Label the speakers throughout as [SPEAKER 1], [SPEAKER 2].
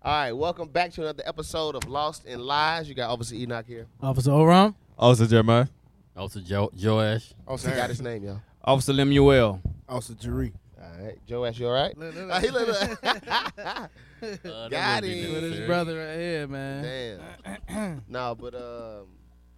[SPEAKER 1] All right, welcome back to another episode of Lost in Lies. You got Officer Enoch here.
[SPEAKER 2] Officer Oram.
[SPEAKER 3] Officer Jeremiah.
[SPEAKER 4] Also, jo- Joash.
[SPEAKER 1] Officer got his name, y'all.
[SPEAKER 3] Officer Lemuel.
[SPEAKER 5] Also, Jerry.
[SPEAKER 1] All right, Joash, you all right?
[SPEAKER 5] Look, look,
[SPEAKER 1] Uh, he look- look.
[SPEAKER 4] Uh, that
[SPEAKER 1] Got
[SPEAKER 4] wouldn't be
[SPEAKER 1] him.
[SPEAKER 2] With his
[SPEAKER 4] necessary.
[SPEAKER 2] brother right here, man.
[SPEAKER 1] Damn. no, but um,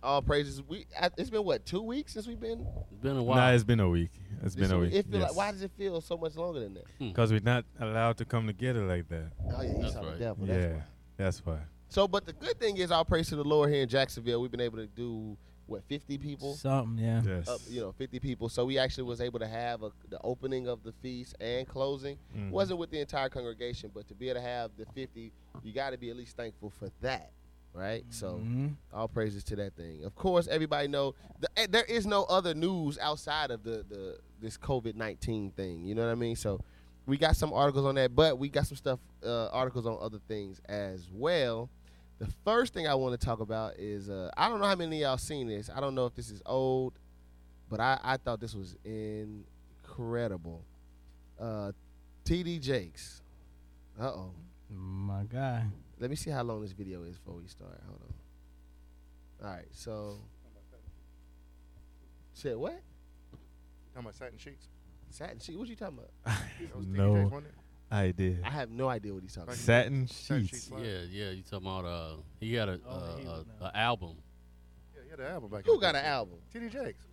[SPEAKER 1] all praises. We I, it's been what two weeks since we've been.
[SPEAKER 4] It's been a
[SPEAKER 3] Wow.
[SPEAKER 4] while.
[SPEAKER 3] Nah, it's been a week. It's
[SPEAKER 1] this
[SPEAKER 3] been a
[SPEAKER 1] week?
[SPEAKER 3] week.
[SPEAKER 1] It feel like, why does it feel so much longer than that?
[SPEAKER 3] Because we're not allowed to come together like that.
[SPEAKER 1] Oh yeah, he's
[SPEAKER 4] That's
[SPEAKER 1] on the
[SPEAKER 4] right.
[SPEAKER 1] devil. That's
[SPEAKER 3] yeah,
[SPEAKER 1] why.
[SPEAKER 3] that's why.
[SPEAKER 1] So, but the good thing is, all praise to the Lord here in Jacksonville. We've been able to do what fifty people.
[SPEAKER 2] Something, yeah.
[SPEAKER 3] Yes.
[SPEAKER 1] Up, you know, 50 people. So we actually was able to have a, the opening of the feast and closing.
[SPEAKER 3] Mhm.
[SPEAKER 1] wasn't with the entire congregation, but to be able to have the 50, you got to be at least thankful for that, right? So
[SPEAKER 2] Mhm.
[SPEAKER 1] all praises to that thing. Of course, everybody know the, eh, there is no other news outside of the the this COVID nineteen thing. You know what I mean? So we got some articles on that, but we got some stuff uh, articles on other things as well. The first thing I want to talk about is uh, I don't know how many of y'all seen this. I don't know if this is old, but I, I thought this was incredible. Uh, TD Jakes. Uh oh.
[SPEAKER 2] My guy.
[SPEAKER 1] Let me see how long this video is before we start. Hold on. All right, so. Said what?
[SPEAKER 5] Talking about satin sheets.
[SPEAKER 1] Satin sheet? What you talking about?
[SPEAKER 5] That was
[SPEAKER 3] No.
[SPEAKER 5] TD Jakes, wasn't it?
[SPEAKER 3] I did.
[SPEAKER 1] I have no idea what he's talking about.
[SPEAKER 3] Satin
[SPEAKER 5] Satin
[SPEAKER 3] sheets.
[SPEAKER 5] sheets. live.
[SPEAKER 4] yeah, yeah. You talking about uh? He got a
[SPEAKER 2] Oh, he
[SPEAKER 4] uh,
[SPEAKER 2] was
[SPEAKER 4] a, a album.
[SPEAKER 5] Yeah, he had an album back. in
[SPEAKER 1] Who
[SPEAKER 5] the
[SPEAKER 1] got
[SPEAKER 5] day.
[SPEAKER 1] an album?
[SPEAKER 5] TD Jakes.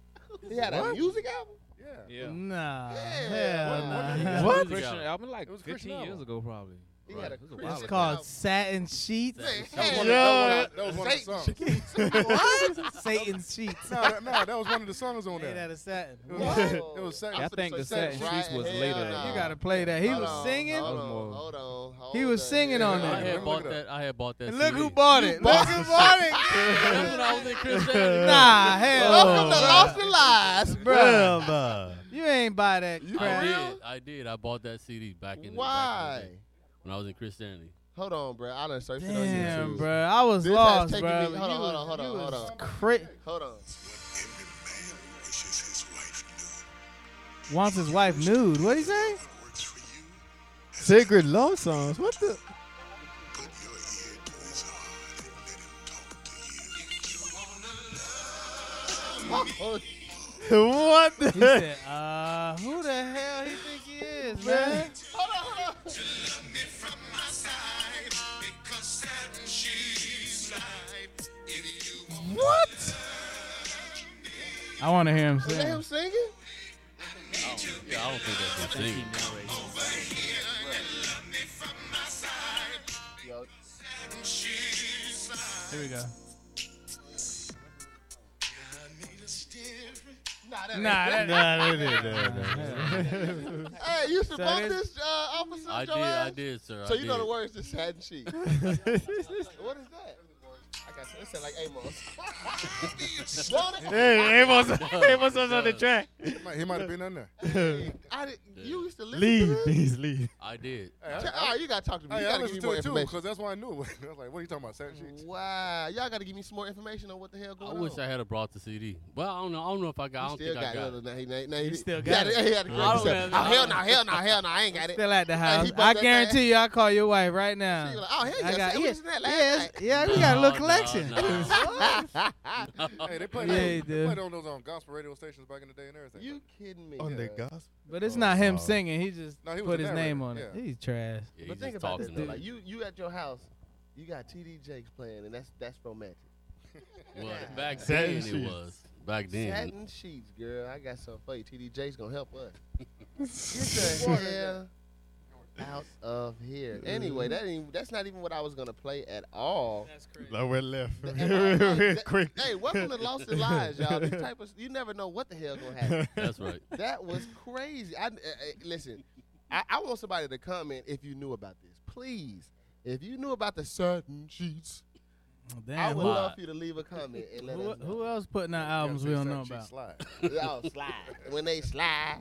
[SPEAKER 1] He had a
[SPEAKER 5] What?
[SPEAKER 1] music album?
[SPEAKER 5] Yeah.
[SPEAKER 2] Nah.
[SPEAKER 1] Yeah.
[SPEAKER 2] Hell
[SPEAKER 1] What-
[SPEAKER 2] nah.
[SPEAKER 4] What?
[SPEAKER 6] Christian album like
[SPEAKER 5] It was a Christian
[SPEAKER 6] 15 years
[SPEAKER 5] album.
[SPEAKER 6] ago, probably.
[SPEAKER 1] He had a
[SPEAKER 6] It was a
[SPEAKER 1] Christian
[SPEAKER 6] while
[SPEAKER 2] It's
[SPEAKER 6] ago.
[SPEAKER 1] album.
[SPEAKER 2] called Satin Sheets.
[SPEAKER 1] Say,
[SPEAKER 5] That was one of-
[SPEAKER 1] hey,
[SPEAKER 5] that was one of the
[SPEAKER 1] Satin
[SPEAKER 5] songs.
[SPEAKER 1] sheet.
[SPEAKER 2] Satan Sheets.
[SPEAKER 5] No, that, no, that was one of the songs on
[SPEAKER 2] Ain't
[SPEAKER 5] there.
[SPEAKER 2] that a satin?
[SPEAKER 5] It was,
[SPEAKER 1] What?
[SPEAKER 5] it was
[SPEAKER 6] I
[SPEAKER 5] satin.
[SPEAKER 1] I'm
[SPEAKER 6] think
[SPEAKER 1] finna
[SPEAKER 6] the
[SPEAKER 1] say
[SPEAKER 6] Satin
[SPEAKER 1] something
[SPEAKER 6] Sheets
[SPEAKER 1] right
[SPEAKER 6] was
[SPEAKER 1] hell
[SPEAKER 6] later.
[SPEAKER 1] nah.
[SPEAKER 2] You gotta play that. He
[SPEAKER 1] Hold
[SPEAKER 2] was
[SPEAKER 1] on,
[SPEAKER 2] singing.
[SPEAKER 1] Hold
[SPEAKER 6] That was
[SPEAKER 1] on,
[SPEAKER 6] more-
[SPEAKER 1] hold on, hold
[SPEAKER 2] He was
[SPEAKER 1] on.
[SPEAKER 2] singing on
[SPEAKER 4] I
[SPEAKER 2] that.
[SPEAKER 4] had
[SPEAKER 5] Remember
[SPEAKER 4] bought
[SPEAKER 5] that.
[SPEAKER 4] that. I had bought that.
[SPEAKER 2] And look
[SPEAKER 4] CD.
[SPEAKER 2] who bought it. Look who bought it.
[SPEAKER 4] That's when I was in Christianity.
[SPEAKER 2] Nah, hell.
[SPEAKER 1] Welcome to
[SPEAKER 2] bruh.
[SPEAKER 1] Lost and Lies, bro.
[SPEAKER 3] Brother.
[SPEAKER 2] You ain't buy that
[SPEAKER 4] I
[SPEAKER 2] crap.
[SPEAKER 4] did. I did. I bought that CD back in. Back
[SPEAKER 1] Why?
[SPEAKER 4] in the day when I was in Christianity.
[SPEAKER 1] Hold on, bro. I done searched it on
[SPEAKER 2] Damn,
[SPEAKER 1] YouTube.
[SPEAKER 2] bro. I was
[SPEAKER 1] This has
[SPEAKER 2] lost,
[SPEAKER 1] taken
[SPEAKER 2] bro.
[SPEAKER 1] me- hold on, hold on, hold on, hold on.
[SPEAKER 2] Crit
[SPEAKER 1] Hold on.
[SPEAKER 7] Every man wishes his wife knew
[SPEAKER 2] wants his wife nude. What'd he say?
[SPEAKER 7] what works for you,
[SPEAKER 3] Sacred love songs. What the?
[SPEAKER 7] put your ear to his heart and let him talk to you.
[SPEAKER 1] oh,
[SPEAKER 3] what
[SPEAKER 2] He
[SPEAKER 3] the?
[SPEAKER 2] said, uh, who the hell he think he is, man?
[SPEAKER 3] What?
[SPEAKER 2] I want to hear him
[SPEAKER 1] Is that him
[SPEAKER 2] sing.
[SPEAKER 1] singing?
[SPEAKER 4] Yeah, I don't think that's him singing.
[SPEAKER 1] Yo,
[SPEAKER 2] Here we go.
[SPEAKER 1] nah, that ain't-
[SPEAKER 2] Nah, that,
[SPEAKER 3] Nah, nah, nah, nah, nah.
[SPEAKER 1] Hey, you used to
[SPEAKER 2] So
[SPEAKER 1] bump
[SPEAKER 2] this-
[SPEAKER 1] this, uh, officer
[SPEAKER 4] I did.
[SPEAKER 1] Joe
[SPEAKER 4] I
[SPEAKER 1] ass?
[SPEAKER 4] did, sir.
[SPEAKER 1] So
[SPEAKER 4] I
[SPEAKER 1] you know
[SPEAKER 4] did.
[SPEAKER 1] the words to sad and cheap. what is that? I got you. It said like Amos. Don't it?
[SPEAKER 3] Hey, Amos, Amos was on the
[SPEAKER 4] Does.
[SPEAKER 3] track.
[SPEAKER 5] He might, he might have been on there.
[SPEAKER 1] I did, you used to listen to
[SPEAKER 3] Leave,
[SPEAKER 1] this?
[SPEAKER 3] please leave.
[SPEAKER 4] I did.
[SPEAKER 5] Hey, I,
[SPEAKER 1] Ch-
[SPEAKER 5] I,
[SPEAKER 1] All right, you gotta talk to me.
[SPEAKER 5] hey,
[SPEAKER 1] You
[SPEAKER 5] I
[SPEAKER 1] gotta give me
[SPEAKER 5] listened to
[SPEAKER 1] more
[SPEAKER 5] it too
[SPEAKER 1] information.
[SPEAKER 5] because that's why I knew it. I was like, what are you talking about, satin sheets?
[SPEAKER 1] Wow, y'all gotta give me some more information on what the hell
[SPEAKER 4] I
[SPEAKER 1] going on.
[SPEAKER 4] wish I had have brought the CD. Well, I don't know. I don't know if I got. I
[SPEAKER 1] He
[SPEAKER 4] don't
[SPEAKER 1] still
[SPEAKER 4] think I
[SPEAKER 1] got,
[SPEAKER 4] got.
[SPEAKER 1] it. Now he, now he- now he-
[SPEAKER 2] He still
[SPEAKER 1] he
[SPEAKER 2] got
[SPEAKER 1] had
[SPEAKER 2] it.
[SPEAKER 1] He had to
[SPEAKER 4] I
[SPEAKER 1] correct
[SPEAKER 4] don't
[SPEAKER 1] himself. Oh
[SPEAKER 4] have it.
[SPEAKER 1] hell no, hell no, hell no, I ain't got it.
[SPEAKER 2] Still at the
[SPEAKER 1] Hey,
[SPEAKER 2] house.
[SPEAKER 1] he bought
[SPEAKER 2] I
[SPEAKER 1] that
[SPEAKER 2] guarantee
[SPEAKER 1] thing.
[SPEAKER 2] you, I call your wife right
[SPEAKER 1] She was
[SPEAKER 2] now.
[SPEAKER 1] like, oh hell
[SPEAKER 2] I
[SPEAKER 1] yes,
[SPEAKER 2] got
[SPEAKER 1] I
[SPEAKER 2] yeah,
[SPEAKER 1] listened to that last
[SPEAKER 2] yes, yeah. We got a little
[SPEAKER 4] No, no,
[SPEAKER 2] collection.
[SPEAKER 4] no. Mm.
[SPEAKER 5] Hey, they played,
[SPEAKER 2] Yeah,
[SPEAKER 5] they,
[SPEAKER 2] he
[SPEAKER 5] they
[SPEAKER 2] did.
[SPEAKER 5] played on those um, gospel radio stations back in the day and everything.
[SPEAKER 1] night. You kidding me?
[SPEAKER 3] On the
[SPEAKER 1] huh?
[SPEAKER 3] gospel.
[SPEAKER 2] But it's not him
[SPEAKER 3] Oh.
[SPEAKER 2] singing. He just
[SPEAKER 5] No, he was
[SPEAKER 2] put
[SPEAKER 5] the
[SPEAKER 2] his name on
[SPEAKER 5] narrator,
[SPEAKER 2] it. He's trash.
[SPEAKER 4] Yeah,
[SPEAKER 1] But
[SPEAKER 4] he's
[SPEAKER 1] think
[SPEAKER 4] just
[SPEAKER 1] about this
[SPEAKER 4] talking.
[SPEAKER 1] though.
[SPEAKER 2] dude.
[SPEAKER 4] to
[SPEAKER 1] Like you, you at your house, you got TD Jakes playing, and that's that's romantic.
[SPEAKER 4] Well, back
[SPEAKER 3] Satin
[SPEAKER 4] then it
[SPEAKER 3] sheets.
[SPEAKER 4] was. Back then.
[SPEAKER 1] Satin sheets, girl. I got something for you. TD Jakes gonna help us. Get the hell out of here. Anyway, that ain't, that's not even what I was gonna play at all.
[SPEAKER 3] Like we're left.
[SPEAKER 1] Hey,
[SPEAKER 3] Real quick.
[SPEAKER 1] Hey, welcome to Lost and Lies, y'all. This type of you never know what the hell gonna happen.
[SPEAKER 4] That's right.
[SPEAKER 1] That was crazy. I uh, listen. I, I want somebody to comment if you knew about this, please. If you knew about the satin sheets, I
[SPEAKER 2] Damn.
[SPEAKER 1] would
[SPEAKER 2] Who,
[SPEAKER 1] love for you to leave a comment and let
[SPEAKER 2] who,
[SPEAKER 1] us know.
[SPEAKER 2] who else putting out albums we don't know about?
[SPEAKER 5] Slide.
[SPEAKER 1] oh, slide. When they slide.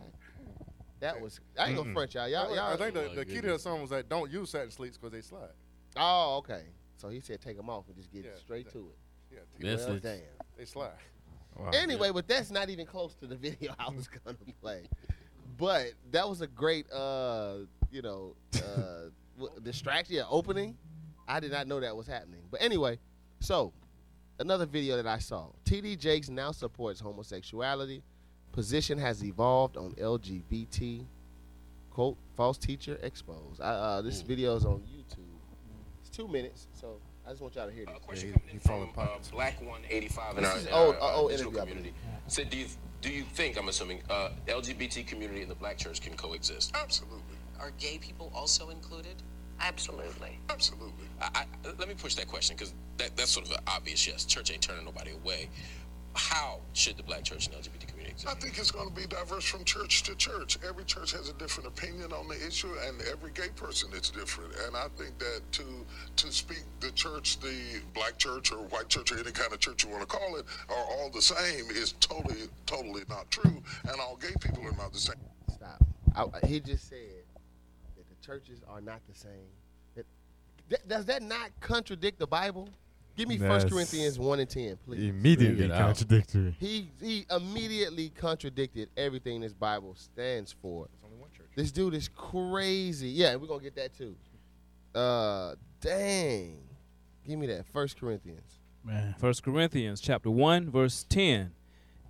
[SPEAKER 1] That was I ain't gonna front y'all. Y'all,
[SPEAKER 5] I
[SPEAKER 1] y'all
[SPEAKER 5] think the,
[SPEAKER 4] Oh,
[SPEAKER 5] the key to the
[SPEAKER 4] goodness.
[SPEAKER 5] song was that don't use satin sheets because they slide.
[SPEAKER 1] Oh, okay. So he said take them off and just get
[SPEAKER 5] Yeah.
[SPEAKER 1] straight to
[SPEAKER 5] Yeah,
[SPEAKER 1] it.
[SPEAKER 4] This
[SPEAKER 1] well,
[SPEAKER 4] is-
[SPEAKER 1] damn.
[SPEAKER 5] they slide.
[SPEAKER 3] Wow.
[SPEAKER 1] Anyway, but that's not even close to the video I was gonna play. But that was a great, uh, you know, uh, w- distraction yeah, opening. I did not know that was happening. But anyway, so another video that I saw. TD Jakes now supports homosexuality. Position has evolved on LGBT. Quote, false teacher exposed. I, uh, this video is on YouTube. It's two minutes, so I just want y'all to hear this.
[SPEAKER 6] Uh, question
[SPEAKER 5] Yeah, he-
[SPEAKER 6] coming
[SPEAKER 5] he
[SPEAKER 6] in
[SPEAKER 5] follow
[SPEAKER 6] from uh,
[SPEAKER 5] pockets.
[SPEAKER 6] Black 185 in
[SPEAKER 1] This
[SPEAKER 6] our,
[SPEAKER 1] is
[SPEAKER 6] in
[SPEAKER 1] old-
[SPEAKER 6] our, uh,
[SPEAKER 1] old
[SPEAKER 6] digital
[SPEAKER 1] interview, I
[SPEAKER 6] community. So do you do you think I'm assuming uh, LGBT community and the black church can coexist?
[SPEAKER 7] Absolutely.
[SPEAKER 8] Are gay people also included? Absolutely.
[SPEAKER 7] Absolutely.
[SPEAKER 6] I, I, let me push that question because that, that's sort of an obvious yes. Church ain't turning nobody away. How should the black church and LGBT community
[SPEAKER 7] I
[SPEAKER 6] exist?
[SPEAKER 7] think it's going to be diverse from church to church. Every church has a different opinion on the issue, and every gay person is different. And I think that to to speak the church, the black church or white church or any kind of church you want to call it, are all the same is totally totally not true. And all gay people are not the same.
[SPEAKER 1] Stop. I, he just said that the churches are not the same. That, that- does that not contradict the Bible? Give me First
[SPEAKER 3] Yes.
[SPEAKER 1] Corinthians one and ten, please.
[SPEAKER 3] Immediately
[SPEAKER 4] Figure it out.
[SPEAKER 3] contradictory.
[SPEAKER 1] He he immediately contradicted everything this Bible stands for.
[SPEAKER 5] Only one church.
[SPEAKER 1] This dude is crazy. Yeah, we're gonna get that too. Uh, dang. Give me that First Corinthians.
[SPEAKER 9] Man. First Corinthians chapter one verse ten.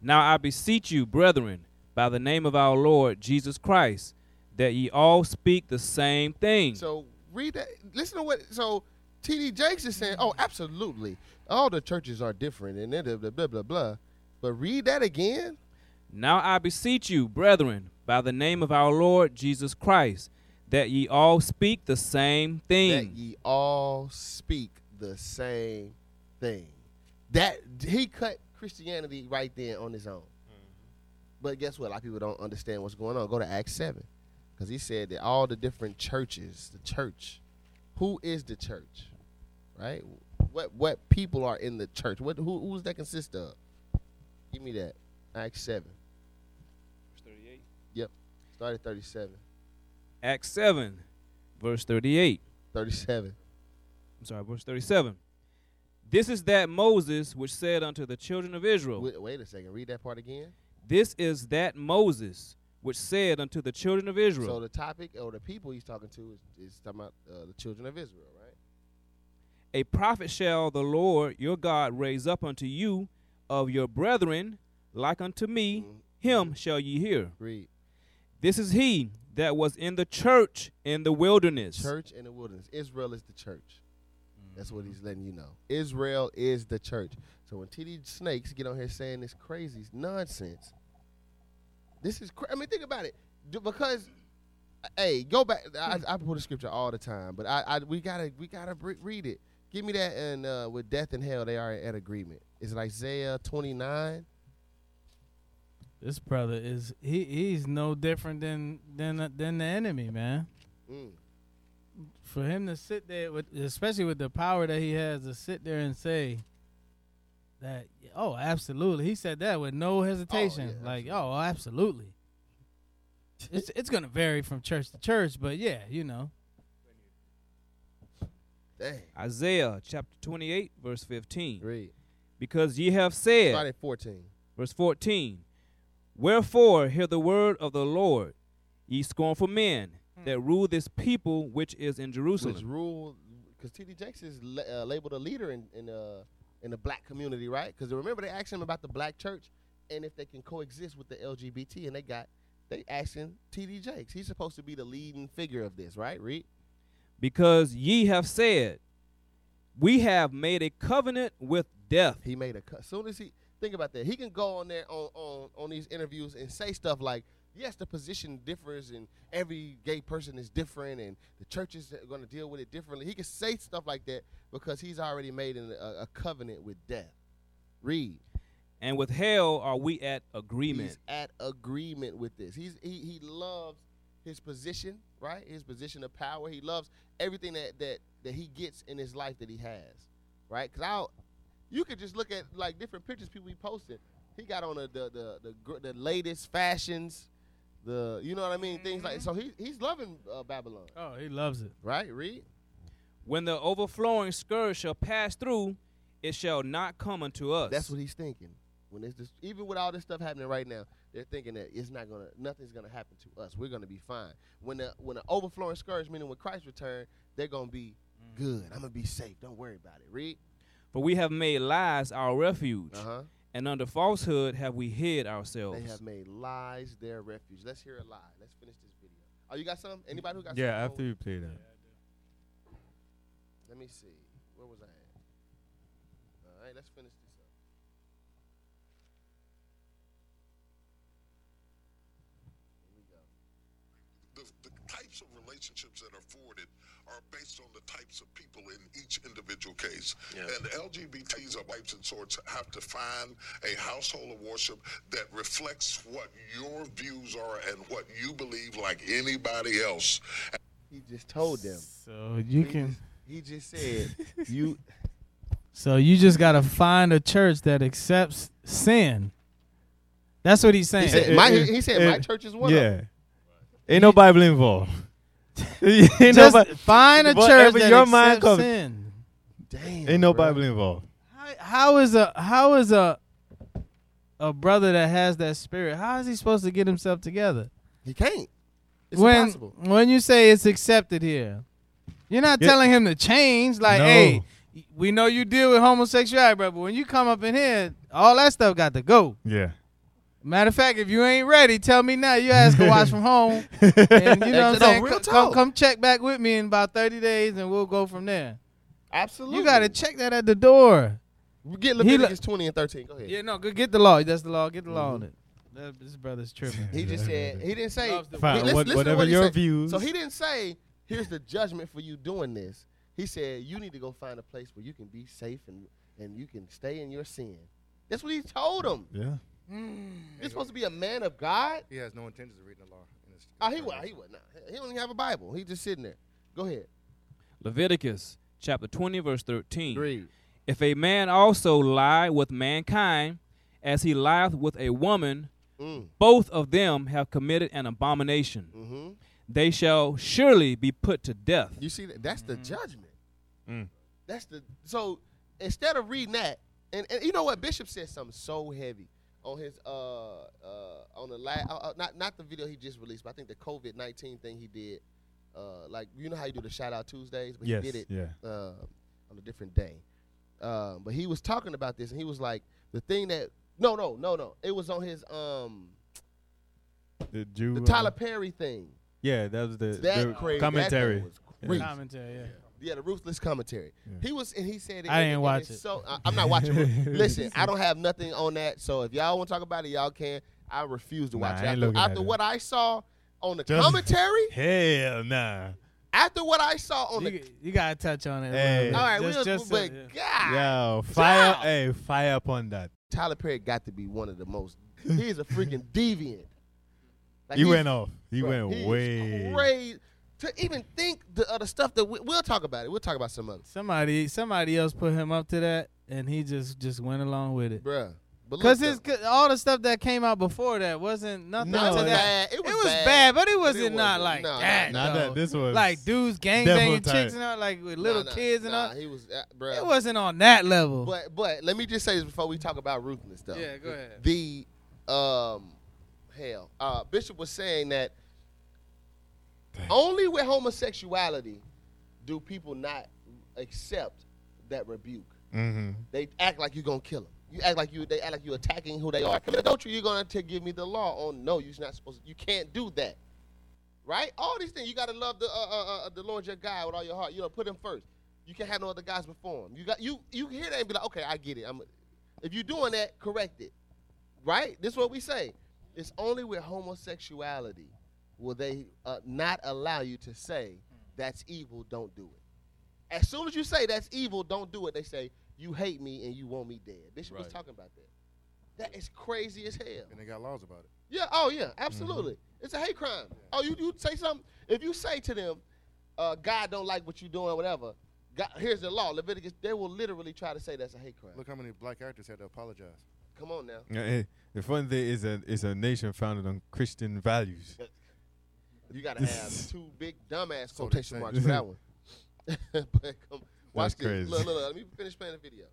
[SPEAKER 9] Now I beseech you, brethren, by the name of our Lord Jesus Christ, that ye all speak the same thing.
[SPEAKER 1] So read that. Listen to what. So TD Jakes is saying, "Oh, absolutely, all the churches are different," and then blah blah blah blah. But read that again.
[SPEAKER 9] Now I beseech you, brethren, by the name of our Lord Jesus Christ, that ye all speak the same
[SPEAKER 1] That
[SPEAKER 9] thing.
[SPEAKER 1] ye all speak the same thing. That he cut Christianity right then on his own. But guess what? A lot of people don't understand what's going on. Go to Acts seven, because he said that all the different churches, the church, who is the church, right? What what people are in the church? What who who's that consist of? Give me that. Acts seven. Yep. Start at 37.
[SPEAKER 9] Acts seven, verse thirty-eight.
[SPEAKER 1] 37.
[SPEAKER 9] I'm sorry, verse thirty-seven. This is that Moses which said unto the children of Israel,
[SPEAKER 1] Wait, wait a second. Read that part again.
[SPEAKER 9] This is that Moses which said unto the children of Israel,
[SPEAKER 1] So the topic or the people he's talking to is, is talking about uh, the children of Israel, right?
[SPEAKER 9] A prophet shall the Lord your God raise up unto you of your brethren, like unto me,
[SPEAKER 1] Mm-hmm.
[SPEAKER 9] him shall ye hear.
[SPEAKER 1] Read.
[SPEAKER 9] This is he that was in the church in the wilderness.
[SPEAKER 1] Church in the wilderness. Israel is the church. That's what he's letting you know. Israel is the church. So when TD Snakes get on here saying this crazy nonsense, this is. Cra- I mean, think about it. D- Because, hey, go back. I, I put a scripture all the time, but I, I we gotta we gotta re- read it. Give me that. And uh, with death and hell, they are at agreement. Is it Isaiah twenty nine?
[SPEAKER 2] This brother is he he's no different than than than the enemy, man.
[SPEAKER 1] Mm.
[SPEAKER 2] For him to sit there with especially with the power that he has to sit there and say that oh, absolutely. He said that with no hesitation.
[SPEAKER 1] Oh, yeah,
[SPEAKER 2] like, oh, absolutely. It's it's gonna vary from church to church, but yeah, you know.
[SPEAKER 1] Dang.
[SPEAKER 9] Isaiah chapter 28, verse 15.
[SPEAKER 1] Read.
[SPEAKER 9] Because ye have
[SPEAKER 1] Start
[SPEAKER 9] said,
[SPEAKER 1] at fourteen.
[SPEAKER 9] verse 14, Wherefore hear the word of the Lord, ye scornful men that rule this people which is in
[SPEAKER 1] Hmm. Which
[SPEAKER 9] Jerusalem.
[SPEAKER 1] rule? Because TD Jakes is la- uh, labeled a leader in in, uh, in the black community, right? Because remember they asked him about the black church and if they can coexist with the LGBT, and they got they asking TD Jakes. He's supposed to be the leading figure of this, right? Read.
[SPEAKER 9] Because ye have said, We have made a covenant with death.
[SPEAKER 1] He made a cut. Soon as he think about that, he can go on there on on on these interviews and say stuff like. Yes, the position differs, and every gay person is different, and the church is going to deal with it differently. He can say stuff like that because he's already made an, a, a covenant with death. Read.
[SPEAKER 9] And with hell are we at agreement.
[SPEAKER 1] He's at agreement with this. He's he, he loves his position, right? His position of power. He loves everything that that that he gets in his life that he has, right? Cause I, you could just look at like different pictures people be posting. He got on the the the the, gr- the latest fashions, the you know what I mean things like. So he he's loving uh, Babylon,
[SPEAKER 2] Oh, he loves it.
[SPEAKER 1] right? Read.
[SPEAKER 9] When the overflowing scourge shall pass through, it shall not come unto us.
[SPEAKER 1] That's what he's thinking. When it's just, even with all this stuff happening right now, they're thinking that it's not gonna, nothing's gonna happen to us. We're gonna be fine. When the when the overflowing scourge, meaning when Christ return, they're gonna be
[SPEAKER 3] Mm.
[SPEAKER 1] Good. I'm gonna be safe. Don't worry about it. Read.
[SPEAKER 9] For we have made lies our refuge,
[SPEAKER 1] Uh-huh.
[SPEAKER 9] and under falsehood have we hid ourselves.
[SPEAKER 1] They have made lies their refuge. Let's hear a lie. Let's finish this video. Oh, you got some? Anybody who got
[SPEAKER 3] Yeah,
[SPEAKER 1] some?
[SPEAKER 3] after you play that.
[SPEAKER 1] Let me see. Where was I at? All right, let's finish this up. Here we go.
[SPEAKER 7] the, the types of relationships that are forwarded are based on the types of people in each individual case. And LGBTs of types and sorts have to find a household of worship that reflects what your views are and what you believe like anybody else.
[SPEAKER 1] He just told them.
[SPEAKER 2] So you
[SPEAKER 1] He
[SPEAKER 2] can.
[SPEAKER 1] just- He just said, "You
[SPEAKER 2] So you just gotta find a church that accepts sin. That's what he's saying.
[SPEAKER 1] He said,
[SPEAKER 3] Eh,
[SPEAKER 1] my,
[SPEAKER 3] eh,
[SPEAKER 1] he said
[SPEAKER 3] eh,
[SPEAKER 1] my church is one. Of
[SPEAKER 3] Yeah. Ain't no Bible involved. ain't no,
[SPEAKER 2] just
[SPEAKER 3] Bi-
[SPEAKER 2] find a church
[SPEAKER 3] Whatever
[SPEAKER 2] that
[SPEAKER 3] your
[SPEAKER 2] accepts
[SPEAKER 3] mind comes-
[SPEAKER 2] sin.
[SPEAKER 1] them. Damn.
[SPEAKER 3] ain't no
[SPEAKER 1] bro.
[SPEAKER 3] Bible involved.
[SPEAKER 2] How, how is a how is a a brother that has that spirit? How is he supposed to get himself together?
[SPEAKER 1] He can't. It's
[SPEAKER 2] when
[SPEAKER 1] impossible.
[SPEAKER 2] when you say it's accepted here, you're not
[SPEAKER 3] Yeah.
[SPEAKER 2] telling him to change. Like,
[SPEAKER 3] No.
[SPEAKER 2] hey, we know you deal with homosexuality, bro, but when you come up in here, all that stuff got to go.
[SPEAKER 3] Yeah.
[SPEAKER 2] Matter of fact, if you ain't ready, tell me now. You ask to watch from home, and you know what I'm
[SPEAKER 1] No,
[SPEAKER 2] saying.
[SPEAKER 1] real
[SPEAKER 2] Come- Come,
[SPEAKER 1] talk.
[SPEAKER 2] come check back with me in about 30 days, and we'll go from there.
[SPEAKER 1] Absolutely.
[SPEAKER 2] You gotta check that at the door.
[SPEAKER 1] Get
[SPEAKER 2] He
[SPEAKER 1] Leviticus twenty and thirteen. Go ahead.
[SPEAKER 2] Yeah, no, go get the law. That's the law. Get the law on it. That, this brother's tripping.
[SPEAKER 1] He just said he didn't say.
[SPEAKER 2] Loves the
[SPEAKER 3] Fine.
[SPEAKER 1] Hey, listen-
[SPEAKER 3] what-
[SPEAKER 1] listen to
[SPEAKER 3] whatever
[SPEAKER 1] what he
[SPEAKER 3] your
[SPEAKER 1] said.
[SPEAKER 3] views.
[SPEAKER 1] So he didn't say, "Here's the judgment for you doing this." He said, "You need to go find a place where you can be safe and and you can stay in your sin." That's what he told him.
[SPEAKER 3] Yeah.
[SPEAKER 1] You're supposed to be a man of God.
[SPEAKER 5] He has no intentions of reading the law. In his,
[SPEAKER 1] Oh, he was. He was not. He don't even have a Bible. He just sitting there. Go ahead.
[SPEAKER 9] Leviticus chapter 20, verse 13.
[SPEAKER 1] Read.
[SPEAKER 9] If a man also lie with mankind, as he lieth with a woman,
[SPEAKER 1] Mm.
[SPEAKER 9] both of them have committed an abomination.
[SPEAKER 1] hmm
[SPEAKER 9] They shall surely be put to death.
[SPEAKER 1] You see that? That's the judgment.
[SPEAKER 3] Mm-hmm. Mm.
[SPEAKER 1] That's the so instead of reading that, and, and you know what Bishop said something so heavy on his uh uh on the last uh, uh, not not the video he just released, but I think the COVID nineteen thing he did. Uh, like you know how you do the shout out Tuesdays, but
[SPEAKER 3] Yes.
[SPEAKER 1] he did it
[SPEAKER 3] Yeah.
[SPEAKER 1] uh, on a different day. Uh, but he was talking about this, and he was like, the thing that no no no no, it was on his um
[SPEAKER 3] The Jew.
[SPEAKER 1] the
[SPEAKER 3] uh,
[SPEAKER 1] Tyler Perry thing.
[SPEAKER 3] Yeah, that was the, the
[SPEAKER 1] That crazy that thing
[SPEAKER 3] commentary.
[SPEAKER 1] was
[SPEAKER 3] Yeah.
[SPEAKER 1] crazy.
[SPEAKER 2] Commentary, yeah.
[SPEAKER 1] Yeah, the ruthless commentary.
[SPEAKER 3] Yeah.
[SPEAKER 1] He was and he said it.
[SPEAKER 2] I
[SPEAKER 1] and
[SPEAKER 2] didn't
[SPEAKER 1] it- and
[SPEAKER 2] watch
[SPEAKER 1] it's
[SPEAKER 2] it.
[SPEAKER 1] So I, am not watching. it. Listen, I don't have nothing on that. So if y'all want to talk about it, y'all can. I refuse to
[SPEAKER 3] Nah,
[SPEAKER 1] watch
[SPEAKER 3] I
[SPEAKER 1] it.
[SPEAKER 3] ain't
[SPEAKER 1] After,
[SPEAKER 3] looking at
[SPEAKER 1] after
[SPEAKER 3] it.
[SPEAKER 1] what I saw on the
[SPEAKER 3] Just-
[SPEAKER 1] commentary,
[SPEAKER 3] Hell nah.
[SPEAKER 1] after what I saw on the.
[SPEAKER 2] You, you gotta touch on it.
[SPEAKER 3] Hey.
[SPEAKER 2] Just-
[SPEAKER 1] all right, we'll,
[SPEAKER 2] just so-
[SPEAKER 1] but
[SPEAKER 2] yeah.
[SPEAKER 1] God,
[SPEAKER 3] Yo, fire!
[SPEAKER 1] Child.
[SPEAKER 3] Hey, fire upon that.
[SPEAKER 1] Tyler Perry got to be one of the most. He's a freaking deviant. Like
[SPEAKER 3] he
[SPEAKER 1] he's-
[SPEAKER 3] went off. He
[SPEAKER 1] bruh,
[SPEAKER 3] went
[SPEAKER 1] he's
[SPEAKER 3] way.
[SPEAKER 1] crazy. To even think the other stuff that we, we'll talk about it. We'll talk about some other,
[SPEAKER 2] Somebody, somebody else put him up to that, and he just just went along with it.
[SPEAKER 1] bruh. But look,
[SPEAKER 2] Cause
[SPEAKER 1] though,
[SPEAKER 2] his cause all the stuff that came out before that wasn't nothing.
[SPEAKER 1] No, it
[SPEAKER 2] to
[SPEAKER 1] was
[SPEAKER 2] that.
[SPEAKER 1] bad. It was
[SPEAKER 2] bad.
[SPEAKER 1] bad.
[SPEAKER 2] but it wasn't
[SPEAKER 1] wasn't.
[SPEAKER 2] not like
[SPEAKER 1] No,
[SPEAKER 2] that.
[SPEAKER 1] no,
[SPEAKER 3] Not
[SPEAKER 2] though.
[SPEAKER 3] that this was
[SPEAKER 2] like dudes gang
[SPEAKER 3] devil
[SPEAKER 2] banging
[SPEAKER 3] type.
[SPEAKER 2] chicks and all, like with
[SPEAKER 1] nah,
[SPEAKER 2] little
[SPEAKER 1] nah,
[SPEAKER 2] kids and
[SPEAKER 1] nah,
[SPEAKER 2] all.
[SPEAKER 1] He was, uh, bruh.
[SPEAKER 2] It wasn't on that level.
[SPEAKER 1] But but let me just say this before we talk about ruthless stuff.
[SPEAKER 2] Yeah, go ahead.
[SPEAKER 1] The um hell. Uh Bishop was saying that only with homosexuality do people not accept that rebuke.
[SPEAKER 3] Mm-hmm.
[SPEAKER 1] They act like you're gonna kill them. You act like you they act like you attacking who they are. Commit adultery, you're gonna to give me the law. Oh no, you're not supposed to, you can't do that. Right? All these things. You gotta love the uh, uh, uh, the Lord your God with all your heart. You know, put him first. You can't have no other guys before him. You got you you hear that and be like, okay, I get it. I'm if you're doing that, correct it. Right? This is what we say. It's only with homosexuality will they uh, not allow you to say that's evil, don't do it. As soon as you say that's evil, don't do it, they say you hate me and you want me dead. Bishop was
[SPEAKER 4] Right.
[SPEAKER 1] talking about that. That is crazy as hell.
[SPEAKER 5] And they got laws about it.
[SPEAKER 1] Yeah. Oh, yeah. Absolutely. It's a hate crime. Oh, you you say something. If you say to them, uh, God don't like what you're doing, whatever. God, here's the law, Leviticus. They will literally try to say that's a hate crime.
[SPEAKER 5] Look how many black actors had to apologize.
[SPEAKER 1] Come on now.
[SPEAKER 3] the fun thing is a is a nation founded on Christian values.
[SPEAKER 1] You gotta have two big dumbass
[SPEAKER 5] So they
[SPEAKER 1] quotation
[SPEAKER 5] say.
[SPEAKER 1] marks for that one. but come, watch this.
[SPEAKER 3] crazy.
[SPEAKER 1] Look, look, look. Let me finish playing the video.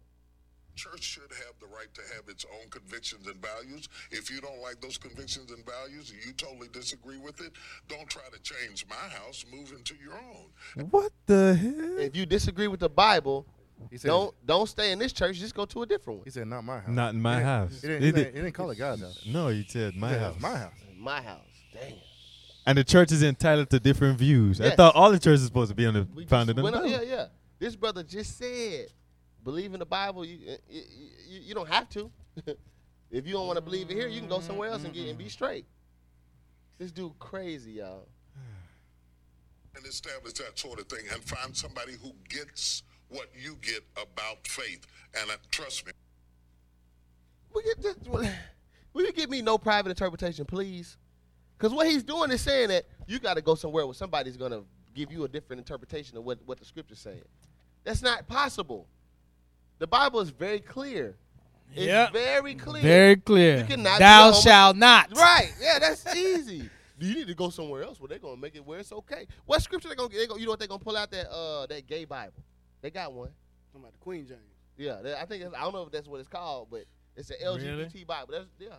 [SPEAKER 7] church should have the right to have its own convictions and values. If you don't like those convictions and values, you totally disagree with it. Don't try to change my house. Move into your own.
[SPEAKER 3] What the hell?
[SPEAKER 1] If you disagree with the Bible,
[SPEAKER 5] He said,
[SPEAKER 1] don't don't stay in this church. Just go to a different
[SPEAKER 5] He said, not my house.
[SPEAKER 3] Not in my
[SPEAKER 5] It ain't-
[SPEAKER 3] house.
[SPEAKER 5] It didn't,
[SPEAKER 3] They
[SPEAKER 5] it
[SPEAKER 3] did-
[SPEAKER 5] didn't- it didn't call it God's house.
[SPEAKER 3] No, he said my
[SPEAKER 5] Yeah,
[SPEAKER 3] house.
[SPEAKER 5] My house.
[SPEAKER 1] one. My house. Damn.
[SPEAKER 3] And the church is entitled to different views. I
[SPEAKER 1] Yes.
[SPEAKER 3] thought all the churches are supposed to be on the
[SPEAKER 1] We just
[SPEAKER 3] founded on the
[SPEAKER 1] went on-
[SPEAKER 3] Bible.
[SPEAKER 1] yeah, yeah. This brother just said, believe in the Bible. You uh, you, you, you don't have to. if you don't want to believe it here, you can go somewhere else and get and be straight. This dude crazy, y'all.
[SPEAKER 7] and establish that sort of thing and find somebody who gets what you get about faith. And uh, trust me,
[SPEAKER 1] Will you, just, will, will you give me no private interpretation, please? Because what he's doing is saying that you got to go somewhere where somebody's going to give you a different interpretation of what, what the scripture's saying. That's not possible. The Bible is very clear. It's
[SPEAKER 2] Yep.
[SPEAKER 1] very clear.
[SPEAKER 2] Very clear.
[SPEAKER 1] You cannot
[SPEAKER 2] Thou
[SPEAKER 1] do homo-
[SPEAKER 2] shalt not.
[SPEAKER 1] Right. Yeah, that's easy. Do you need to go somewhere else where they're gonna make it where it's okay? What scripture they gonna get? They gonna, you know what they gonna pull out that uh that gay Bible? They got one.
[SPEAKER 10] Talking about the Queen James.
[SPEAKER 1] Yeah, that- I think it's, I don't know if that's what it's called, but it's an LGBT Bible. There's yeah,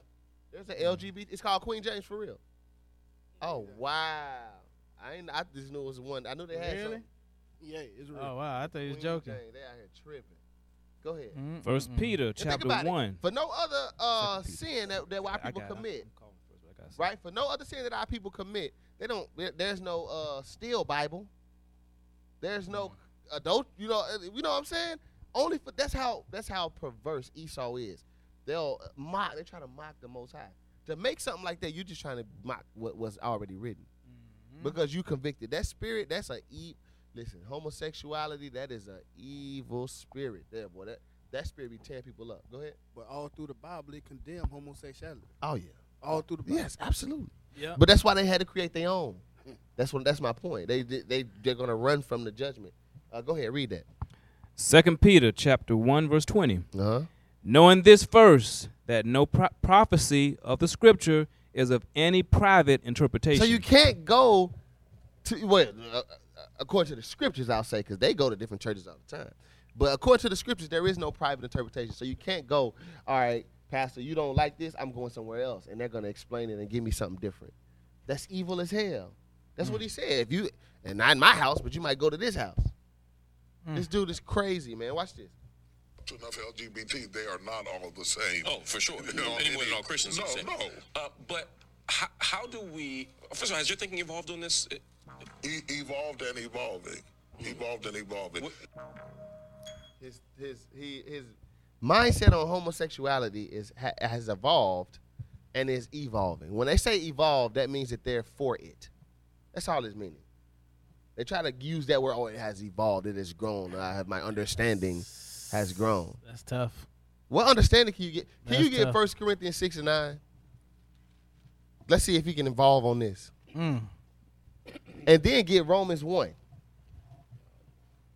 [SPEAKER 1] there's an LGBT.
[SPEAKER 2] Mm.
[SPEAKER 1] It's called Queen James for real. Oh wow! I ain't, I just knew it was one. I knew they had
[SPEAKER 2] Really?
[SPEAKER 1] something.
[SPEAKER 10] Yeah, it's real.
[SPEAKER 2] Oh wow, I thought he was
[SPEAKER 1] Queen
[SPEAKER 2] joking.
[SPEAKER 1] James, they out here tripping. Go ahead. And
[SPEAKER 2] Mm,
[SPEAKER 9] First
[SPEAKER 2] mm, mm.
[SPEAKER 9] Peter
[SPEAKER 1] think
[SPEAKER 9] chapter
[SPEAKER 1] about it.
[SPEAKER 9] one.
[SPEAKER 1] for no other uh sin that, that our
[SPEAKER 9] I
[SPEAKER 1] people
[SPEAKER 9] got it.
[SPEAKER 1] commit,
[SPEAKER 9] I'm calling first, but I gotta say.
[SPEAKER 1] right? For no other sin that our people commit, they don't. there- There's no uh steel Bible. There's no adult. You know. uh, You know what I'm saying? Only for that's how that's how perverse Esau is. They'll uh, mock. They try to mock the Most High. To make something like that, you're just trying to mock what was already written
[SPEAKER 9] Mm-hmm.
[SPEAKER 1] because you convicted. That spirit. That's a e. Listen, homosexuality. That is an evil spirit. There, boy. That that spirit be tearing people up. Go ahead.
[SPEAKER 10] But all through the Bible, it condemned homosexuality.
[SPEAKER 1] Oh yeah.
[SPEAKER 10] All through the Bible.
[SPEAKER 1] Yes, absolutely.
[SPEAKER 2] Yeah.
[SPEAKER 1] But that's why they had to create their own. That's what. That's my point. They they they- they're gonna run from the judgment. Uh, go ahead, read that.
[SPEAKER 9] Second Peter chapter one verse twenty.
[SPEAKER 1] Uh huh.
[SPEAKER 9] Knowing this first, that no pro- prophecy of the Scripture is of any private interpretation.
[SPEAKER 1] So you can't go to well, uh, uh, according to the scriptures, I'll say, because they go to different churches all the time. But according to the scriptures, there is no private interpretation. So you can't go. All right, pastor, you don't like this. I'm going somewhere else, and they're gonna explain it and give me something different. That's evil as hell. That's what he said. If you and not in my house, but you might go to this house. This dude is crazy, man. Watch this.
[SPEAKER 7] to enough LGBT, they are not all the same.
[SPEAKER 6] Oh, for sure.
[SPEAKER 7] You know,
[SPEAKER 6] Anyone
[SPEAKER 7] any-
[SPEAKER 6] and all Christians.
[SPEAKER 7] No,
[SPEAKER 6] would say.
[SPEAKER 7] no.
[SPEAKER 6] Uh, but how, how do we? First of all, has your thinking evolved on this?
[SPEAKER 7] E- evolved and evolving. Evolved and evolving.
[SPEAKER 1] his his he his mindset on homosexuality is ha, has evolved and is evolving. When they say evolved, that means that they're for it. That's all it's meaning. They try to use that word. Oh, it has evolved. It has grown. I have my understanding has grown.
[SPEAKER 2] That's tough.
[SPEAKER 1] What understanding can you get? Can you
[SPEAKER 2] That's
[SPEAKER 1] get
[SPEAKER 2] tough.
[SPEAKER 1] First Corinthians six and nine? Let's see if he can evolve on this,
[SPEAKER 2] Mm.
[SPEAKER 1] and then get Romans one.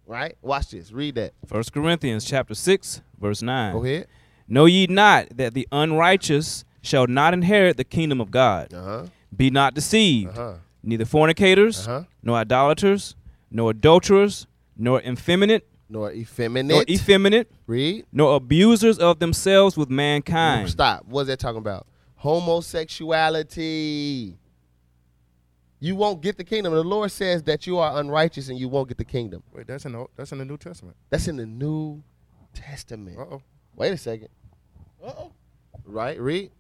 [SPEAKER 1] Right? Watch this. Read that.
[SPEAKER 9] First Corinthians chapter six verse nine.
[SPEAKER 1] Go ahead.
[SPEAKER 9] Know ye not that the unrighteous shall not inherit the kingdom of God?
[SPEAKER 1] Uh huh.
[SPEAKER 9] Be not deceived.
[SPEAKER 1] Uh-huh.
[SPEAKER 9] Neither fornicators,
[SPEAKER 1] Uh-huh.
[SPEAKER 9] nor idolaters, nor adulterers, nor effeminate,
[SPEAKER 1] Nor effeminate.
[SPEAKER 9] nor effeminate,
[SPEAKER 1] Read.
[SPEAKER 9] nor abusers of themselves with mankind.
[SPEAKER 1] Stop. What's that talking about? Homosexuality. You won't get the kingdom. The Lord says that you are unrighteous and you won't get the kingdom.
[SPEAKER 5] Wait, that's in the that's in the New Testament.
[SPEAKER 1] That's in the New Testament.
[SPEAKER 5] Uh oh.
[SPEAKER 1] Wait a second. Right? Read.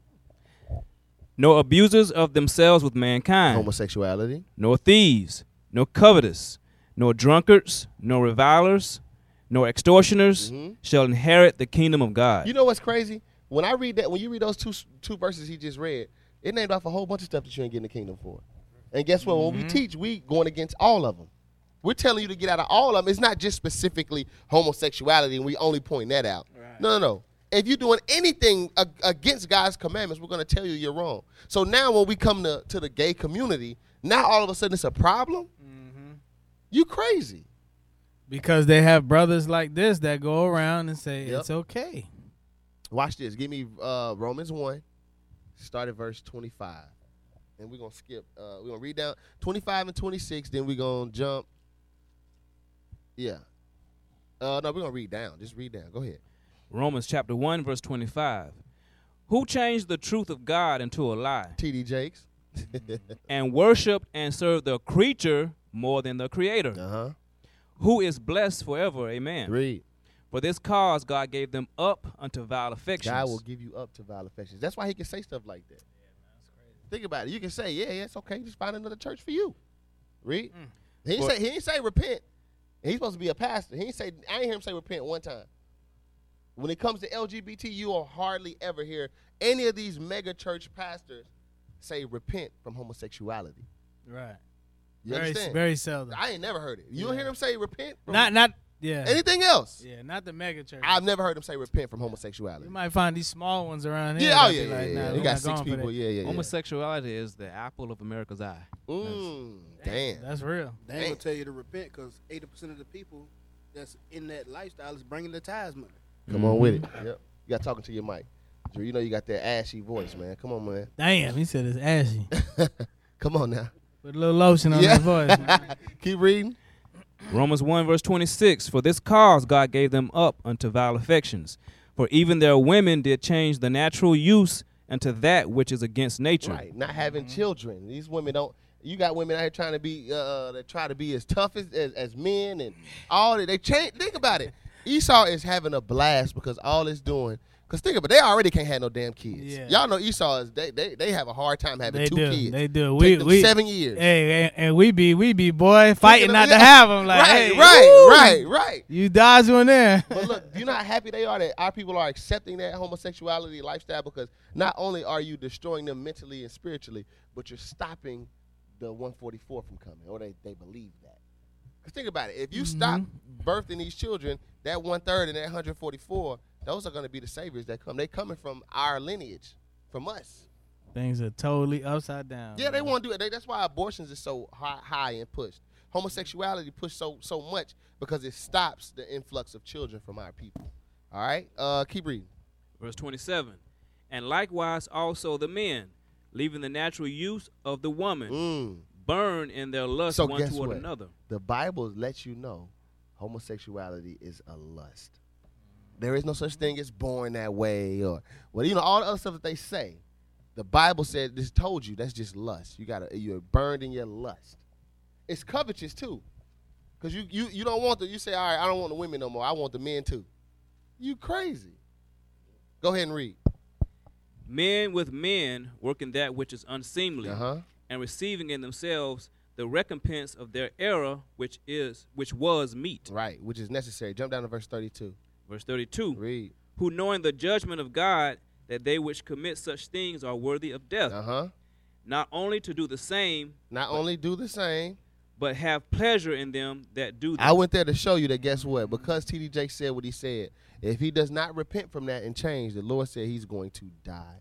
[SPEAKER 9] Nor abusers of themselves with mankind.
[SPEAKER 1] Homosexuality.
[SPEAKER 9] nor thieves, nor covetous, nor drunkards, nor revilers, nor extortioners shall inherit the kingdom of God.
[SPEAKER 1] Mm-hmm. You know what's crazy? When I read that, when you read those two two verses he just read, it named off a whole bunch of stuff that you ain't getting the kingdom for. And guess what? When we teach, we going against all of them. We're telling you to get out of all of them. It's not just specifically homosexuality, and we only point that out. No, no, no. If you're doing anything a- against God's commandments, we're going to tell you you're wrong. So now, when we come to, to the gay community, now all of a sudden it's a problem. You crazy?
[SPEAKER 2] Because they have brothers like this that go around and say
[SPEAKER 1] Yep.
[SPEAKER 2] it's okay.
[SPEAKER 1] Watch this. Give me uh, Romans 1, start at verse 25. And we're going to skip. Uh, we're going to read down 25 and 26. Then we're going to jump. Yeah. Uh, no, we're going to read down. Just read down. Go ahead.
[SPEAKER 9] Romans chapter 1, verse 25. Who changed the truth of God into a lie?
[SPEAKER 1] T.D. Jakes.
[SPEAKER 9] and worshiped and served the creature more than the creator.
[SPEAKER 1] Uh-huh.
[SPEAKER 9] Who is blessed forever. Amen.
[SPEAKER 1] Read.
[SPEAKER 9] For this cause God gave them up unto vile affections.
[SPEAKER 1] God will give you up to vile affections. That's why he can say stuff like that. Think about it. You can say, yeah, yeah, it's okay. Just find another church for you. Read.
[SPEAKER 2] Mm.
[SPEAKER 1] He ain't
[SPEAKER 9] But-
[SPEAKER 1] say he ain't say repent. He's supposed to be a pastor. He ain't say I ain't hear him say repent one time. When it comes to LGBT, you will hardly ever hear any of these mega church pastors say repent from homosexuality.
[SPEAKER 2] Right.
[SPEAKER 1] You
[SPEAKER 2] very,
[SPEAKER 1] understand?
[SPEAKER 2] very seldom.
[SPEAKER 1] I ain't never heard it. You don't hear them say repent. From
[SPEAKER 2] Not, not, yeah.
[SPEAKER 1] anything else.
[SPEAKER 2] Yeah, not the mega church.
[SPEAKER 1] I've never heard them say repent from homosexuality.
[SPEAKER 2] You might find these small ones around here.
[SPEAKER 1] Yeah, oh
[SPEAKER 2] that
[SPEAKER 1] yeah,
[SPEAKER 2] be
[SPEAKER 1] yeah,
[SPEAKER 2] like,
[SPEAKER 1] yeah,
[SPEAKER 2] nah,
[SPEAKER 1] yeah.
[SPEAKER 2] we're
[SPEAKER 1] We
[SPEAKER 2] not
[SPEAKER 1] got six
[SPEAKER 2] going for
[SPEAKER 1] people.
[SPEAKER 2] that.
[SPEAKER 1] Yeah, yeah, yeah.
[SPEAKER 9] Homosexuality is the apple of America's eye.
[SPEAKER 1] Mm, damn.
[SPEAKER 2] That's real.
[SPEAKER 10] They ain't gonna tell you to repent because eighty percent of the people that's in that lifestyle is bringing the tithes money.
[SPEAKER 1] Come on with it. Yep. You got talking to your mic. Drew, you know you got that ashy voice, man. Come on, man.
[SPEAKER 2] Damn, he said it's ashy.
[SPEAKER 1] Come on now.
[SPEAKER 2] Put a little lotion on
[SPEAKER 1] Yeah.
[SPEAKER 2] that voice. man.
[SPEAKER 1] Keep reading.
[SPEAKER 9] Romans 1, verse 26 For this cause God gave them up unto vile affections. For even their women did change the natural use unto that which is against nature.
[SPEAKER 1] Right. Not having
[SPEAKER 2] Mm-hmm.
[SPEAKER 1] children. These women don't. You got women out here trying to be uh, that try to be as tough as, as, as men and all that. They change. Think about it. Esau is having a blast because all it's doing. Cause think about it, they already can't have no damn kids.
[SPEAKER 2] Yeah.
[SPEAKER 1] Y'all know Esau is they, they they have a hard time having
[SPEAKER 2] They
[SPEAKER 1] two
[SPEAKER 2] do.
[SPEAKER 1] kids.
[SPEAKER 2] They do.
[SPEAKER 1] Take
[SPEAKER 2] We-
[SPEAKER 1] them
[SPEAKER 2] we-
[SPEAKER 1] seven years.
[SPEAKER 2] hey, and, and we be we be boy fighting
[SPEAKER 1] Thinking
[SPEAKER 2] not
[SPEAKER 1] of-
[SPEAKER 2] to
[SPEAKER 1] yeah.
[SPEAKER 2] have them. Like,
[SPEAKER 1] right,
[SPEAKER 2] hey, woo,
[SPEAKER 1] right, right, right.
[SPEAKER 2] You dodge one there.
[SPEAKER 1] But look, you know how happy they are that our people are accepting that homosexuality lifestyle because not only are you destroying them mentally and spiritually, but you're stopping the 144 from coming, or they, they believe that. Because think about it. If you stop birthing these children, that one third and that 144, those are going to be the saviors that come. They coming from our lineage, from us.
[SPEAKER 2] Things are totally upside down.
[SPEAKER 1] Yeah, they
[SPEAKER 2] man.
[SPEAKER 1] want to do it. They, that's why abortions is so high, high and pushed. Homosexuality pushed so so much because it stops the influx of children from our people. All right, uh, keep reading.
[SPEAKER 9] Verse 27 And likewise also the men, leaving the natural use of the woman,
[SPEAKER 1] Mm.
[SPEAKER 9] burn in their lust
[SPEAKER 1] So
[SPEAKER 9] one
[SPEAKER 1] guess
[SPEAKER 9] toward
[SPEAKER 1] what?
[SPEAKER 9] another.
[SPEAKER 1] The Bible lets you know homosexuality is a lust. There is no such thing as born that way or well, you know, all the other stuff that they say. The Bible said this told you that's just lust. You gotta you're burned in your lust. It's covetous too. Cause you you you don't want the you say, all right, I don't want the women no more. I want the men too. You crazy. Go ahead and read.
[SPEAKER 9] Men with men working that which is unseemly,
[SPEAKER 1] Uh-huh.
[SPEAKER 9] and receiving in themselves the recompense of their error, which is which was meat.
[SPEAKER 1] Right, which is necessary. Jump down to verse thirty two.
[SPEAKER 9] Verse 32.
[SPEAKER 1] Read.
[SPEAKER 9] Who knowing the judgment of God that they which commit such things are worthy of death,
[SPEAKER 1] Uh-huh.
[SPEAKER 9] not only to do the same,
[SPEAKER 1] Not only do the same,
[SPEAKER 9] but have pleasure in them that do them.
[SPEAKER 1] I went there to show you that guess what? Because TD Jake said what he said, if he does not repent from that and change, the Lord said he's going to die.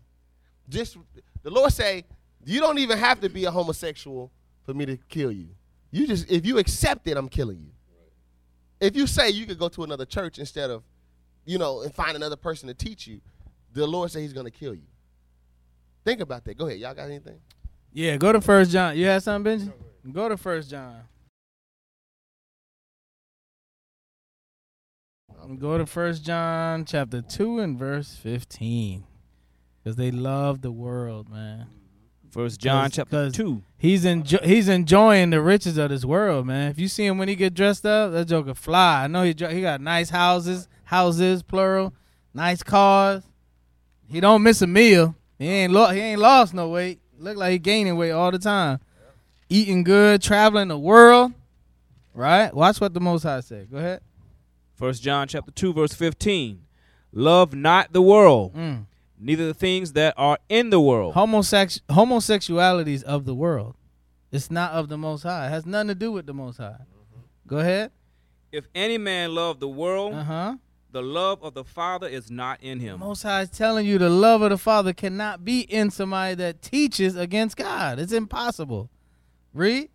[SPEAKER 1] Just the Lord say, you don't even have to be a homosexual for me to kill you. You just if you accept it, I'm killing you. If you say you could go to another church instead of, you know, and find another person to teach you, the Lord say he's going to kill you. Think about that. Go ahead. Y'all got anything?
[SPEAKER 2] Yeah, go to First John. You had something, Benji? Go to First John. Go to First John chapter two and verse fifteen, because they love the world, man.
[SPEAKER 9] First John
[SPEAKER 2] 'Cause-
[SPEAKER 9] chapter
[SPEAKER 2] 'cause
[SPEAKER 9] two.
[SPEAKER 2] He's enjo- he's enjoying the riches of this world, man. If you see him when he get dressed up, that joker fly. I know he dr- he got nice houses, houses plural, nice cars. He don't miss a meal. He ain't lo- he ain't lost no weight. Look like he gaining weight all the time. Eating good, traveling the world. Right? Watch what the Most High said. Go ahead.
[SPEAKER 9] First John chapter two verse fifteen. Love not the world,
[SPEAKER 2] Mm.
[SPEAKER 9] neither the things that are in the world.
[SPEAKER 2] Homosex homosexuality is of the world. It's not of the Most High. It has nothing to do with the Most High. Go ahead.
[SPEAKER 9] If any man love the world,
[SPEAKER 2] Uh huh.
[SPEAKER 9] the love of the Father is not in him.
[SPEAKER 2] Most High is telling you the love of the Father cannot be in somebody that teaches against God. It's impossible. Read.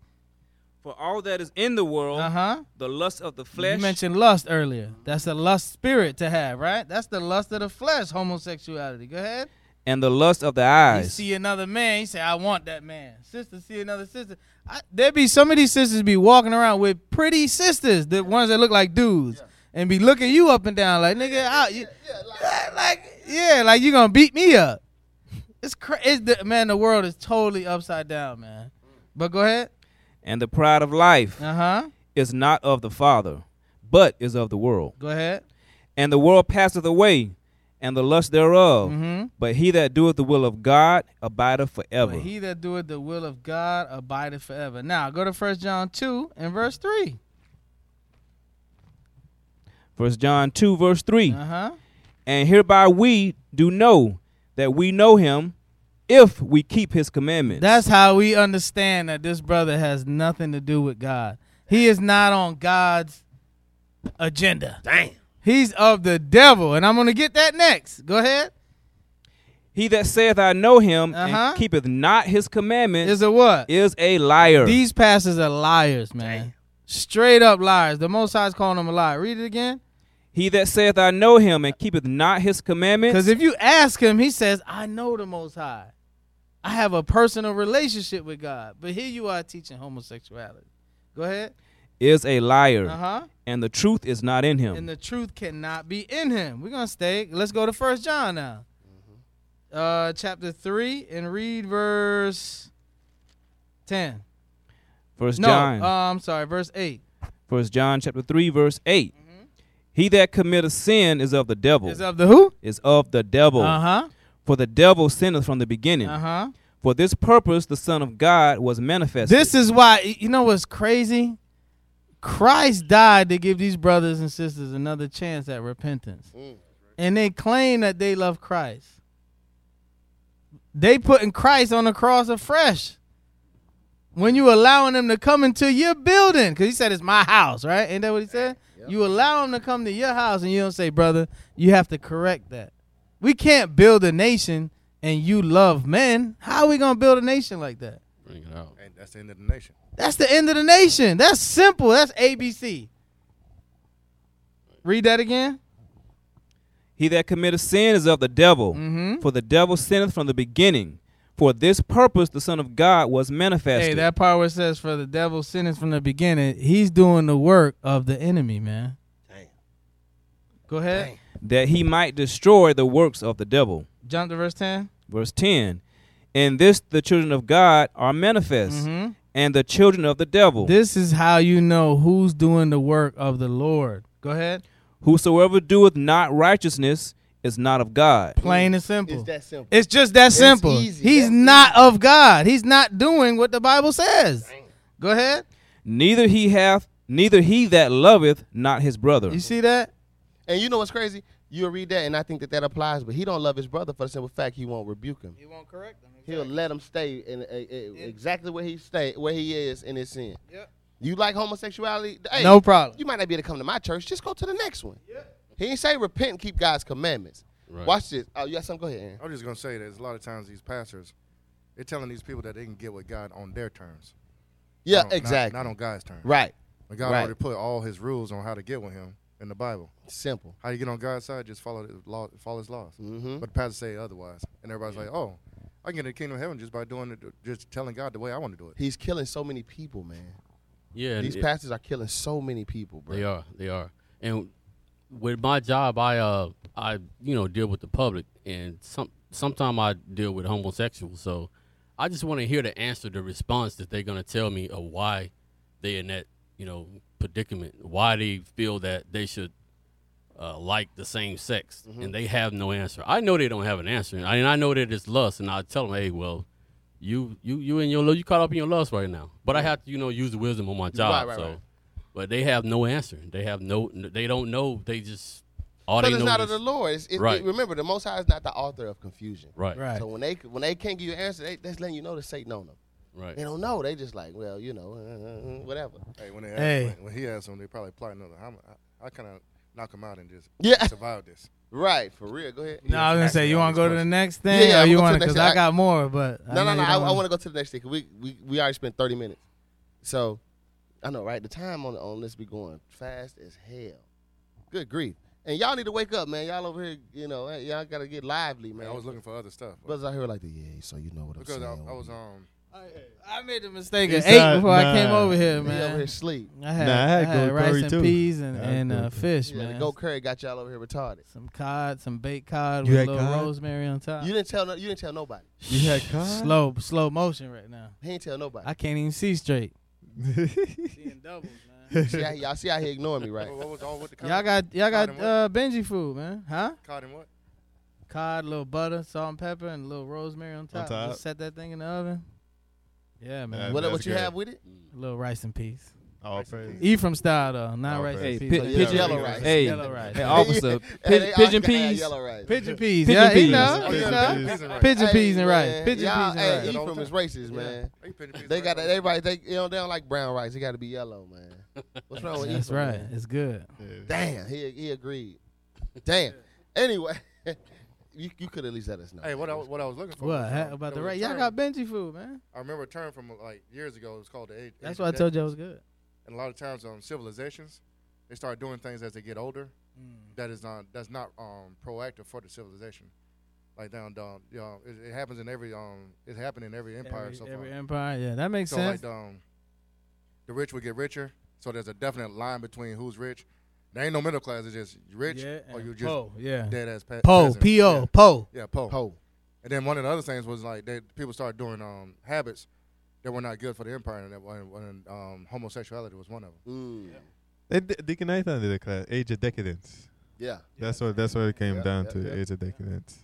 [SPEAKER 9] For all that is in the world,
[SPEAKER 2] Uh huh.
[SPEAKER 9] the lust of the
[SPEAKER 2] You
[SPEAKER 9] Oh. flesh,
[SPEAKER 2] mentioned lust earlier. That's a lust spirit to have, right? That's the lust of the flesh, homosexuality. Go ahead.
[SPEAKER 9] and the lust of the
[SPEAKER 2] You
[SPEAKER 9] eyes.
[SPEAKER 2] see another man, you say, I want that man. Sister see another sister. I, there be some of these sisters be walking around with pretty sisters, the ones that look like dudes. and be looking you up and down like nigga, I, you, like, yeah, like you gonna beat me up. It's crazy, man. The world is totally upside down, man. But go ahead.
[SPEAKER 9] And the pride of life
[SPEAKER 2] Uh-huh.
[SPEAKER 9] is not of the Father, but is of the world.
[SPEAKER 2] Go ahead.
[SPEAKER 9] And the world passeth away, and the lust thereof.
[SPEAKER 2] Mhm.
[SPEAKER 9] But he that doeth the will of God abideth forever.
[SPEAKER 2] But he that doeth the will of God abideth forever. Now go to First John two and verse three.
[SPEAKER 9] First John 2, verse 3.
[SPEAKER 2] Uh-huh.
[SPEAKER 9] And hereby we do know that we know him if we keep his commandments.
[SPEAKER 2] That's how we understand that this brother has nothing to do with God. He is not on God's agenda. Damn. He's of the devil, and I'm gonna get that next. Go ahead.
[SPEAKER 9] He that saith I know him
[SPEAKER 2] Uh-huh.
[SPEAKER 9] and keepeth not his commandments
[SPEAKER 2] is a what?
[SPEAKER 9] Is a liar.
[SPEAKER 2] These pastors are liars, man. Straight up liars. The Most High's calling them a liar. Read it again.
[SPEAKER 9] He that saith I know him and keepeth not his commandments.
[SPEAKER 2] Because if you ask him, he says, I know the Most High. I have a personal relationship with God. But here you are teaching homosexuality. Go ahead.
[SPEAKER 9] is a liar,
[SPEAKER 2] Uh-huh.
[SPEAKER 9] and the truth is not in him.
[SPEAKER 2] And the truth cannot be in him. We're going to stay. Let's go to First John now.
[SPEAKER 9] Mm-hmm.
[SPEAKER 2] Uh, chapter 3 and read verse 10.
[SPEAKER 9] First
[SPEAKER 2] no,
[SPEAKER 9] John,
[SPEAKER 2] uh, I'm sorry, verse 8.
[SPEAKER 9] First John chapter three verse 8 He that committeth sin is of the devil.
[SPEAKER 2] Is of the who?
[SPEAKER 9] Is of the devil.
[SPEAKER 2] Uh-huh.
[SPEAKER 9] For the devil sinneth from the beginning.
[SPEAKER 2] Uh-huh.
[SPEAKER 9] For this purpose the Son of God was manifested.
[SPEAKER 2] This is why y- you know what's crazy? Christ died to give these brothers and sisters another chance at repentance. And they claim that they love Christ. They putting Christ on the cross afresh. When you allowing him to come into your building, because he said it's my house, right? Ain't that what he said? You allow him to come to your house and you don't say, brother, you have to correct that. We can't build a nation and you love men. How are we gonna build a nation like that?
[SPEAKER 4] Bring it out.
[SPEAKER 5] And that's the end of the nation.
[SPEAKER 2] That's the end of the nation. That's simple. That's ABC. Read that again.
[SPEAKER 9] He that committeth sin is of the devil,
[SPEAKER 2] Mm-hmm.
[SPEAKER 9] for the devil sinneth from the beginning. For this purpose the Son of God was manifested.
[SPEAKER 2] Hey, that part where it says, "For the devil sentence from the beginning," he's doing the work of the enemy, man. Go ahead.
[SPEAKER 9] that he might destroy the works of the devil.
[SPEAKER 2] Jump to verse ten.
[SPEAKER 9] Verse 10 In this the children of God are manifest,
[SPEAKER 2] Mhm.
[SPEAKER 9] and the children of the devil.
[SPEAKER 2] This is how you know who's doing the work of the Lord. Go ahead.
[SPEAKER 9] Whosoever doeth not righteousness is not of God.
[SPEAKER 2] Plain and simple. It's
[SPEAKER 1] that simple.
[SPEAKER 2] It's just that simple. He's not of God. He's not doing what the Bible says. Go ahead.
[SPEAKER 9] Neither he hath, neither he that loveth not his brother.
[SPEAKER 2] You see that?
[SPEAKER 1] And you know what's crazy? You'll read that, and I think that that applies. But he don't love his brother for the simple fact he won't rebuke him. He
[SPEAKER 2] won't correct him.
[SPEAKER 1] He'll let him stay in uh, uh, exactly where he stay, where he is in his sin.
[SPEAKER 2] Yep.
[SPEAKER 1] You like homosexuality? Hey,
[SPEAKER 2] No problem.
[SPEAKER 1] You might not be able to come to my church. Just go to the next one. He ain't say repent and keep God's commandments. Watch this. Oh, you got something? Go ahead, Aaron.
[SPEAKER 5] I'm just gonna say that there's a lot of times these pastors, they're telling these people that they can get with God on their terms.
[SPEAKER 1] Yeah,
[SPEAKER 5] Not on- not-
[SPEAKER 1] exactly.
[SPEAKER 5] Not, on God's terms.
[SPEAKER 1] Right.
[SPEAKER 5] But God
[SPEAKER 1] Right.
[SPEAKER 5] already put all His rules on how to get with Him in the Bible.
[SPEAKER 1] Simple.
[SPEAKER 5] How you get on God's side? Just follow the law, follow His laws.
[SPEAKER 2] Mm-hmm.
[SPEAKER 1] Mhm.
[SPEAKER 5] But the pastors say otherwise, and everybody's like, "Oh, I can get in the kingdom of heaven just by doing it, just telling God the way I want to do it."
[SPEAKER 1] He's killing so many people, man.
[SPEAKER 4] Yeah,
[SPEAKER 1] These
[SPEAKER 4] it-
[SPEAKER 1] pastors are killing so many people, bro.
[SPEAKER 4] They are. They are. And with my job, I uh, I you know deal with the public, and some sometimes I deal with homosexuals. So I just want to hear the answer, the response that they're gonna tell me of why they in that you know predicament, why they feel that they should uh, like the same sex,
[SPEAKER 1] Mm-hmm.
[SPEAKER 4] and they have no answer. I know they don't have an answer, and I, and I know that it's lust, and I tell them, hey, well. You you you in your lo- you caught up in your lust right now, but I have to you know use the wisdom on my
[SPEAKER 1] Right,
[SPEAKER 4] job.
[SPEAKER 1] right,
[SPEAKER 4] so
[SPEAKER 1] right.
[SPEAKER 4] but they have no answer. They have no. They don't know. They just all
[SPEAKER 1] but
[SPEAKER 4] they
[SPEAKER 1] it's
[SPEAKER 4] know
[SPEAKER 1] not of
[SPEAKER 4] is-
[SPEAKER 1] the Lord. It's, it,
[SPEAKER 4] right.
[SPEAKER 1] remember, the Most High is not the author of confusion.
[SPEAKER 4] Right. Right.
[SPEAKER 1] So when they when they can't give you an answer, they, that's letting you know to say no, no.
[SPEAKER 4] Right.
[SPEAKER 1] They don't know. They just like, well, you know, uh, uh, uh, whatever.
[SPEAKER 5] Hey, when they ask,
[SPEAKER 1] Hey.
[SPEAKER 5] When, when he asked them, they probably plotting another. How, I, I kind of knock him out and just
[SPEAKER 1] Yeah.
[SPEAKER 5] survive this.
[SPEAKER 1] Right, for real. Go ahead.
[SPEAKER 2] No, I was gonna say you want to go to the next thing,
[SPEAKER 1] Yeah, yeah,
[SPEAKER 2] or
[SPEAKER 1] I'm
[SPEAKER 2] you
[SPEAKER 1] gonna
[SPEAKER 2] want
[SPEAKER 1] go to the next
[SPEAKER 2] because
[SPEAKER 1] thing.
[SPEAKER 2] I got more, but I
[SPEAKER 1] no,
[SPEAKER 2] know
[SPEAKER 1] no, no.
[SPEAKER 2] you
[SPEAKER 1] I,
[SPEAKER 2] don't
[SPEAKER 1] I
[SPEAKER 2] wanna-
[SPEAKER 1] want to go to the next thing. 'cause We, we we already spent thirty minutes, so I know, right? The time on on this be going fast as hell. Good grief! And y'all need to wake up, man. Y'all over here, you know, y'all gotta get lively, man.
[SPEAKER 5] I was looking for other stuff.
[SPEAKER 1] Brothers out here like the yeah, so you know what I'm
[SPEAKER 5] Because
[SPEAKER 1] saying.
[SPEAKER 5] I, I was um
[SPEAKER 2] I made the mistake of
[SPEAKER 3] It's
[SPEAKER 2] eight
[SPEAKER 3] not-
[SPEAKER 2] before I came
[SPEAKER 3] nah.
[SPEAKER 2] over here,
[SPEAKER 3] He
[SPEAKER 2] man.
[SPEAKER 1] over here sleep.
[SPEAKER 2] I had,
[SPEAKER 3] Nah, I had
[SPEAKER 2] I had
[SPEAKER 3] goat
[SPEAKER 2] rice
[SPEAKER 3] curry
[SPEAKER 2] and
[SPEAKER 3] too.
[SPEAKER 2] peas and,
[SPEAKER 3] I had
[SPEAKER 2] and uh,
[SPEAKER 3] goat curry.
[SPEAKER 2] fish,
[SPEAKER 1] Yeah, the
[SPEAKER 2] man.
[SPEAKER 1] goat curry got y'all over here retarded.
[SPEAKER 2] Some cod, some baked cod
[SPEAKER 3] You
[SPEAKER 2] with a
[SPEAKER 3] had
[SPEAKER 2] little
[SPEAKER 3] cod?
[SPEAKER 2] rosemary on top.
[SPEAKER 1] You didn't tell no, you didn't tell nobody.
[SPEAKER 3] You had cod?
[SPEAKER 2] Slow, slow motion right now.
[SPEAKER 1] He ain't tell nobody.
[SPEAKER 2] I can't even see straight. Seeing doubles, man.
[SPEAKER 1] See, I- y'all see out here ignoring me, right?
[SPEAKER 5] What what was all with the cotton?
[SPEAKER 2] Y'all got y'all got
[SPEAKER 5] Cotton what?
[SPEAKER 2] uh, Benji food, man. Huh?
[SPEAKER 5] Cotton what?
[SPEAKER 2] Cod, little butter, salt and pepper, and a little rosemary on top.
[SPEAKER 3] top.
[SPEAKER 2] Just set that thing in the oven. Yeah, man.
[SPEAKER 3] Yeah,
[SPEAKER 1] What,
[SPEAKER 3] that's
[SPEAKER 1] what you
[SPEAKER 3] good.
[SPEAKER 1] have with it?
[SPEAKER 2] A little rice and peas.
[SPEAKER 3] All Oh, praise.
[SPEAKER 2] Ephraim style though, not
[SPEAKER 3] Oh,
[SPEAKER 2] rice
[SPEAKER 3] okay.
[SPEAKER 9] Hey,
[SPEAKER 2] and
[SPEAKER 9] pi-
[SPEAKER 2] peas.
[SPEAKER 1] Yeah,
[SPEAKER 9] pigeon,
[SPEAKER 1] yellow rice.
[SPEAKER 9] Hey,
[SPEAKER 2] Yellow rice.
[SPEAKER 9] hey, officer,
[SPEAKER 1] Hey,
[SPEAKER 9] pi-
[SPEAKER 1] they all
[SPEAKER 9] pigeon
[SPEAKER 1] gotta have
[SPEAKER 9] peas.
[SPEAKER 1] Yellow rice.
[SPEAKER 2] Pigeon peas.
[SPEAKER 9] Pigeon
[SPEAKER 2] yeah,
[SPEAKER 9] peas.
[SPEAKER 2] you know,
[SPEAKER 1] Oh,
[SPEAKER 2] you
[SPEAKER 1] yeah,
[SPEAKER 2] know.
[SPEAKER 1] pigeon
[SPEAKER 5] peas and
[SPEAKER 2] Pigeon
[SPEAKER 5] rice.
[SPEAKER 1] Hey,
[SPEAKER 2] peas and rice.
[SPEAKER 1] man,
[SPEAKER 2] Pigeon
[SPEAKER 1] y'all-
[SPEAKER 2] peas and
[SPEAKER 1] hey,
[SPEAKER 2] rice.
[SPEAKER 1] Ephraim is racist, man.
[SPEAKER 5] They putting the piece
[SPEAKER 1] They
[SPEAKER 5] of
[SPEAKER 1] got
[SPEAKER 5] rice
[SPEAKER 1] that. Everybody, they, you know, they don't like brown rice. It got to be yellow, man. What's wrong with
[SPEAKER 2] That's
[SPEAKER 1] Ephraim,
[SPEAKER 2] right.
[SPEAKER 1] man?
[SPEAKER 2] It's good.
[SPEAKER 1] Damn, he he agreed. Damn. Anyway, you you could at least let us know.
[SPEAKER 5] on it. Hey, what I, what I was looking for.
[SPEAKER 2] What
[SPEAKER 5] was,
[SPEAKER 2] ha-
[SPEAKER 5] um,
[SPEAKER 2] about the
[SPEAKER 5] there was
[SPEAKER 2] rice?
[SPEAKER 5] a
[SPEAKER 2] Y'all
[SPEAKER 5] term-
[SPEAKER 2] got Benji food, man.
[SPEAKER 5] I remember a term from like years ago. It was called the age.
[SPEAKER 2] That's
[SPEAKER 5] Asian
[SPEAKER 2] why I told
[SPEAKER 5] death.
[SPEAKER 2] you it was good.
[SPEAKER 5] And a lot of times, um, civilizations, they start doing things as they get older.
[SPEAKER 2] Mm.
[SPEAKER 5] That is not that's not um proactive for the civilization. Like down, down, you know, it, it happens in every um, it happened in every empire
[SPEAKER 2] Every,
[SPEAKER 5] so far.
[SPEAKER 2] every empire, yeah, that makes
[SPEAKER 5] so
[SPEAKER 2] sense.
[SPEAKER 5] like um, the rich would get richer. So there's a definite line between who's rich. There ain't no middle class. It's just you rich
[SPEAKER 2] yeah,
[SPEAKER 5] or you
[SPEAKER 2] and
[SPEAKER 5] just
[SPEAKER 2] po, yeah,
[SPEAKER 5] dead ass pe-
[SPEAKER 2] po,
[SPEAKER 5] peasant.
[SPEAKER 2] p o, po.
[SPEAKER 5] Yeah, yeah po.
[SPEAKER 1] Ho.
[SPEAKER 5] And then one of the other things was like they people started doing um habits that were not good for the empire, and that one, one um, homosexuality was one of them.
[SPEAKER 1] Mm,
[SPEAKER 3] They d- decanate under the class. Age of decadence.
[SPEAKER 1] yeah.
[SPEAKER 3] That's what. That's what it came
[SPEAKER 1] Yeah,
[SPEAKER 3] down
[SPEAKER 1] yeah,
[SPEAKER 3] to.
[SPEAKER 1] yeah.
[SPEAKER 3] Age of decadence.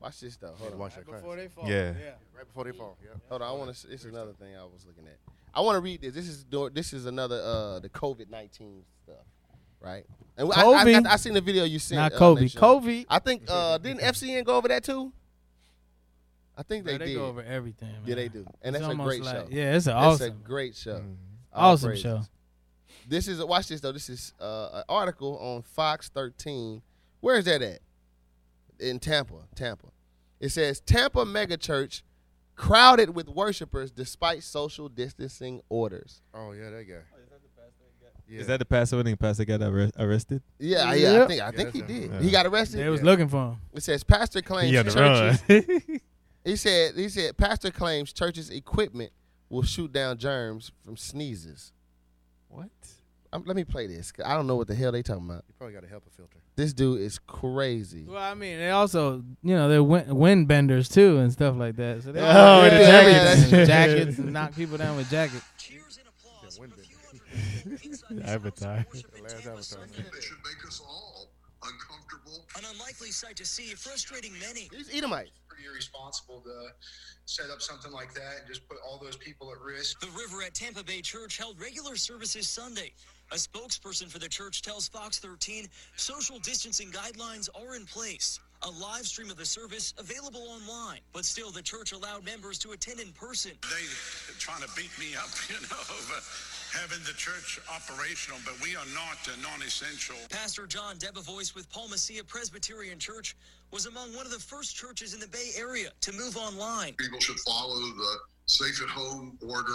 [SPEAKER 1] Watch this though. Hold on.
[SPEAKER 5] Watch that class.
[SPEAKER 2] they fall,
[SPEAKER 3] Yeah.
[SPEAKER 5] Right before they fall. Yeah.
[SPEAKER 1] Hold on, I want to. It's another thing I was looking at. I want to read this. This is do- this is another uh the COVID nineteen stuff, right? And I, I,
[SPEAKER 2] Kobe.
[SPEAKER 1] I, I seen the video you sent.
[SPEAKER 2] Not
[SPEAKER 1] uh,
[SPEAKER 2] Kobe.
[SPEAKER 1] Nation.
[SPEAKER 2] Kobe.
[SPEAKER 1] I think uh didn't FCN go over that too? I think they,
[SPEAKER 2] Bro, they
[SPEAKER 1] did.
[SPEAKER 2] go over everything. Man.
[SPEAKER 1] yeah, they do, and
[SPEAKER 2] It's
[SPEAKER 1] that's a
[SPEAKER 2] almost
[SPEAKER 1] great
[SPEAKER 2] like-
[SPEAKER 1] show.
[SPEAKER 2] Yeah, it's an
[SPEAKER 1] that's
[SPEAKER 2] awesome,
[SPEAKER 1] a great show.
[SPEAKER 3] Mm.
[SPEAKER 1] All
[SPEAKER 2] awesome
[SPEAKER 1] praises.
[SPEAKER 2] show.
[SPEAKER 1] This is watch this though. This is uh, an article on Fox 13. Where is that at? In Tampa, Tampa. It says Tampa megachurch crowded with worshipers despite social distancing orders.
[SPEAKER 5] Oh yeah, that guy. Yeah.
[SPEAKER 3] Is that the pastor when the pastor got arre- arrested?
[SPEAKER 1] Yeah, yeah, I
[SPEAKER 2] Yep.
[SPEAKER 1] think I think he
[SPEAKER 5] that's
[SPEAKER 1] did.
[SPEAKER 5] him.
[SPEAKER 1] He got arrested.
[SPEAKER 2] They was looking for him.
[SPEAKER 1] It says pastor claims
[SPEAKER 3] He on the
[SPEAKER 1] churches.
[SPEAKER 3] run.
[SPEAKER 1] He said he said pastor claims church's equipment will shoot down germs from sneezes.
[SPEAKER 3] what?
[SPEAKER 1] Um, let me play this. 'cause I don't know what the hell they talking about.
[SPEAKER 5] You probably got a helper filter.
[SPEAKER 1] This dude is crazy.
[SPEAKER 2] Well, I mean, they also, you know, they're wind, wind benders too and stuff like that. So they
[SPEAKER 3] Oh,
[SPEAKER 2] all
[SPEAKER 1] the
[SPEAKER 2] wear
[SPEAKER 1] jackets.
[SPEAKER 2] jackets and jackets and knock people down with jackets.
[SPEAKER 3] Avatar.
[SPEAKER 7] They should make us all uncomfortable.
[SPEAKER 11] An unlikely sight to see, frustrating many.
[SPEAKER 1] These Edomites.
[SPEAKER 7] Pretty irresponsible to set up something like that and just put all those people at risk.
[SPEAKER 11] The river at Tampa Bay Church held regular services Sunday. A spokesperson for the church tells Fox 13 social distancing guidelines are in place. A live stream of the service available online, but still the church allowed members to attend in person.
[SPEAKER 7] They trying to beat me up, you know, over having the church operational, but we are not uh, non-essential.
[SPEAKER 11] Pastor John Debevoise with Paul Messiah Presbyterian Church was among one of the first churches in the Bay Area to move online.
[SPEAKER 7] People should follow the safe at home order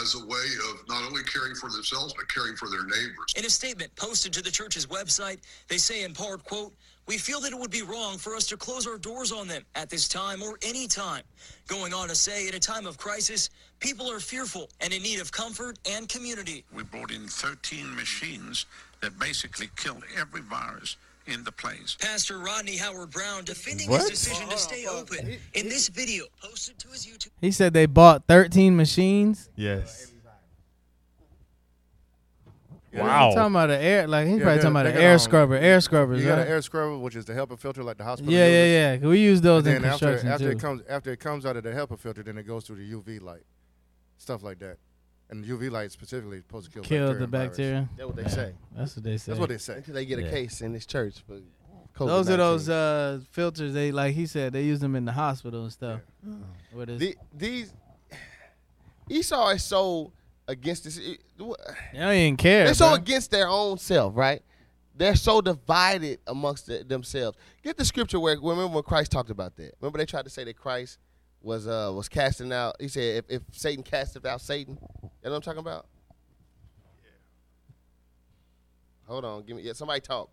[SPEAKER 7] as a way of not only caring for themselves, but caring for their neighbors.
[SPEAKER 11] In a statement posted to the church's website, they say in part, quote, we feel that it would be wrong for us to close our doors on them at this time or any time. Going on to say, at a time of crisis, people are fearful and in need of comfort and community.
[SPEAKER 7] We brought in 13 machines that basically killed every virus in the place.
[SPEAKER 11] Pastor Rodney Howard Brown defending his
[SPEAKER 3] What?
[SPEAKER 11] decision to stay open in this video posted to his YouTube.
[SPEAKER 2] He said they bought 13 machines.
[SPEAKER 3] Yes.
[SPEAKER 2] He's talking about an air, like he's
[SPEAKER 5] Yeah,
[SPEAKER 2] probably
[SPEAKER 5] they-
[SPEAKER 2] talking about
[SPEAKER 5] they
[SPEAKER 2] an
[SPEAKER 5] got,
[SPEAKER 2] air
[SPEAKER 5] um,
[SPEAKER 2] scrubber, air scrubbers,
[SPEAKER 5] You
[SPEAKER 2] right?
[SPEAKER 5] got an air scrubber, which is the helper filter, like the hospital.
[SPEAKER 2] yeah,
[SPEAKER 5] uses.
[SPEAKER 2] yeah, yeah. 'cause We use those
[SPEAKER 5] And
[SPEAKER 2] in
[SPEAKER 5] then after
[SPEAKER 2] construction
[SPEAKER 5] after it
[SPEAKER 2] too.
[SPEAKER 5] comes after it comes out of the helper filter, then it goes through the UV light, stuff like that. And UV light specifically is supposed to kill
[SPEAKER 2] Kill
[SPEAKER 5] bacteria
[SPEAKER 2] the
[SPEAKER 5] and virus.
[SPEAKER 2] bacteria.
[SPEAKER 1] That's what they say.
[SPEAKER 2] That's what they say.
[SPEAKER 5] That's what they say.
[SPEAKER 1] Until they get a
[SPEAKER 4] Yeah.
[SPEAKER 1] case in this church for COVID.
[SPEAKER 2] those are those uh, filters. They like he said they use them in the hospital and stuff. Where there's-
[SPEAKER 1] The- these Esau is so against this. it-
[SPEAKER 2] they don't even care.
[SPEAKER 1] They're so
[SPEAKER 2] bro.
[SPEAKER 1] against their own self, right? They're so divided amongst the, themselves. Get the scripture where remember when Christ talked about that. Remember they tried to say that Christ was uh was casting out. He said if, if Satan casteth out Satan, you know what I'm talking about? Hold on, give me yeah. Somebody talk.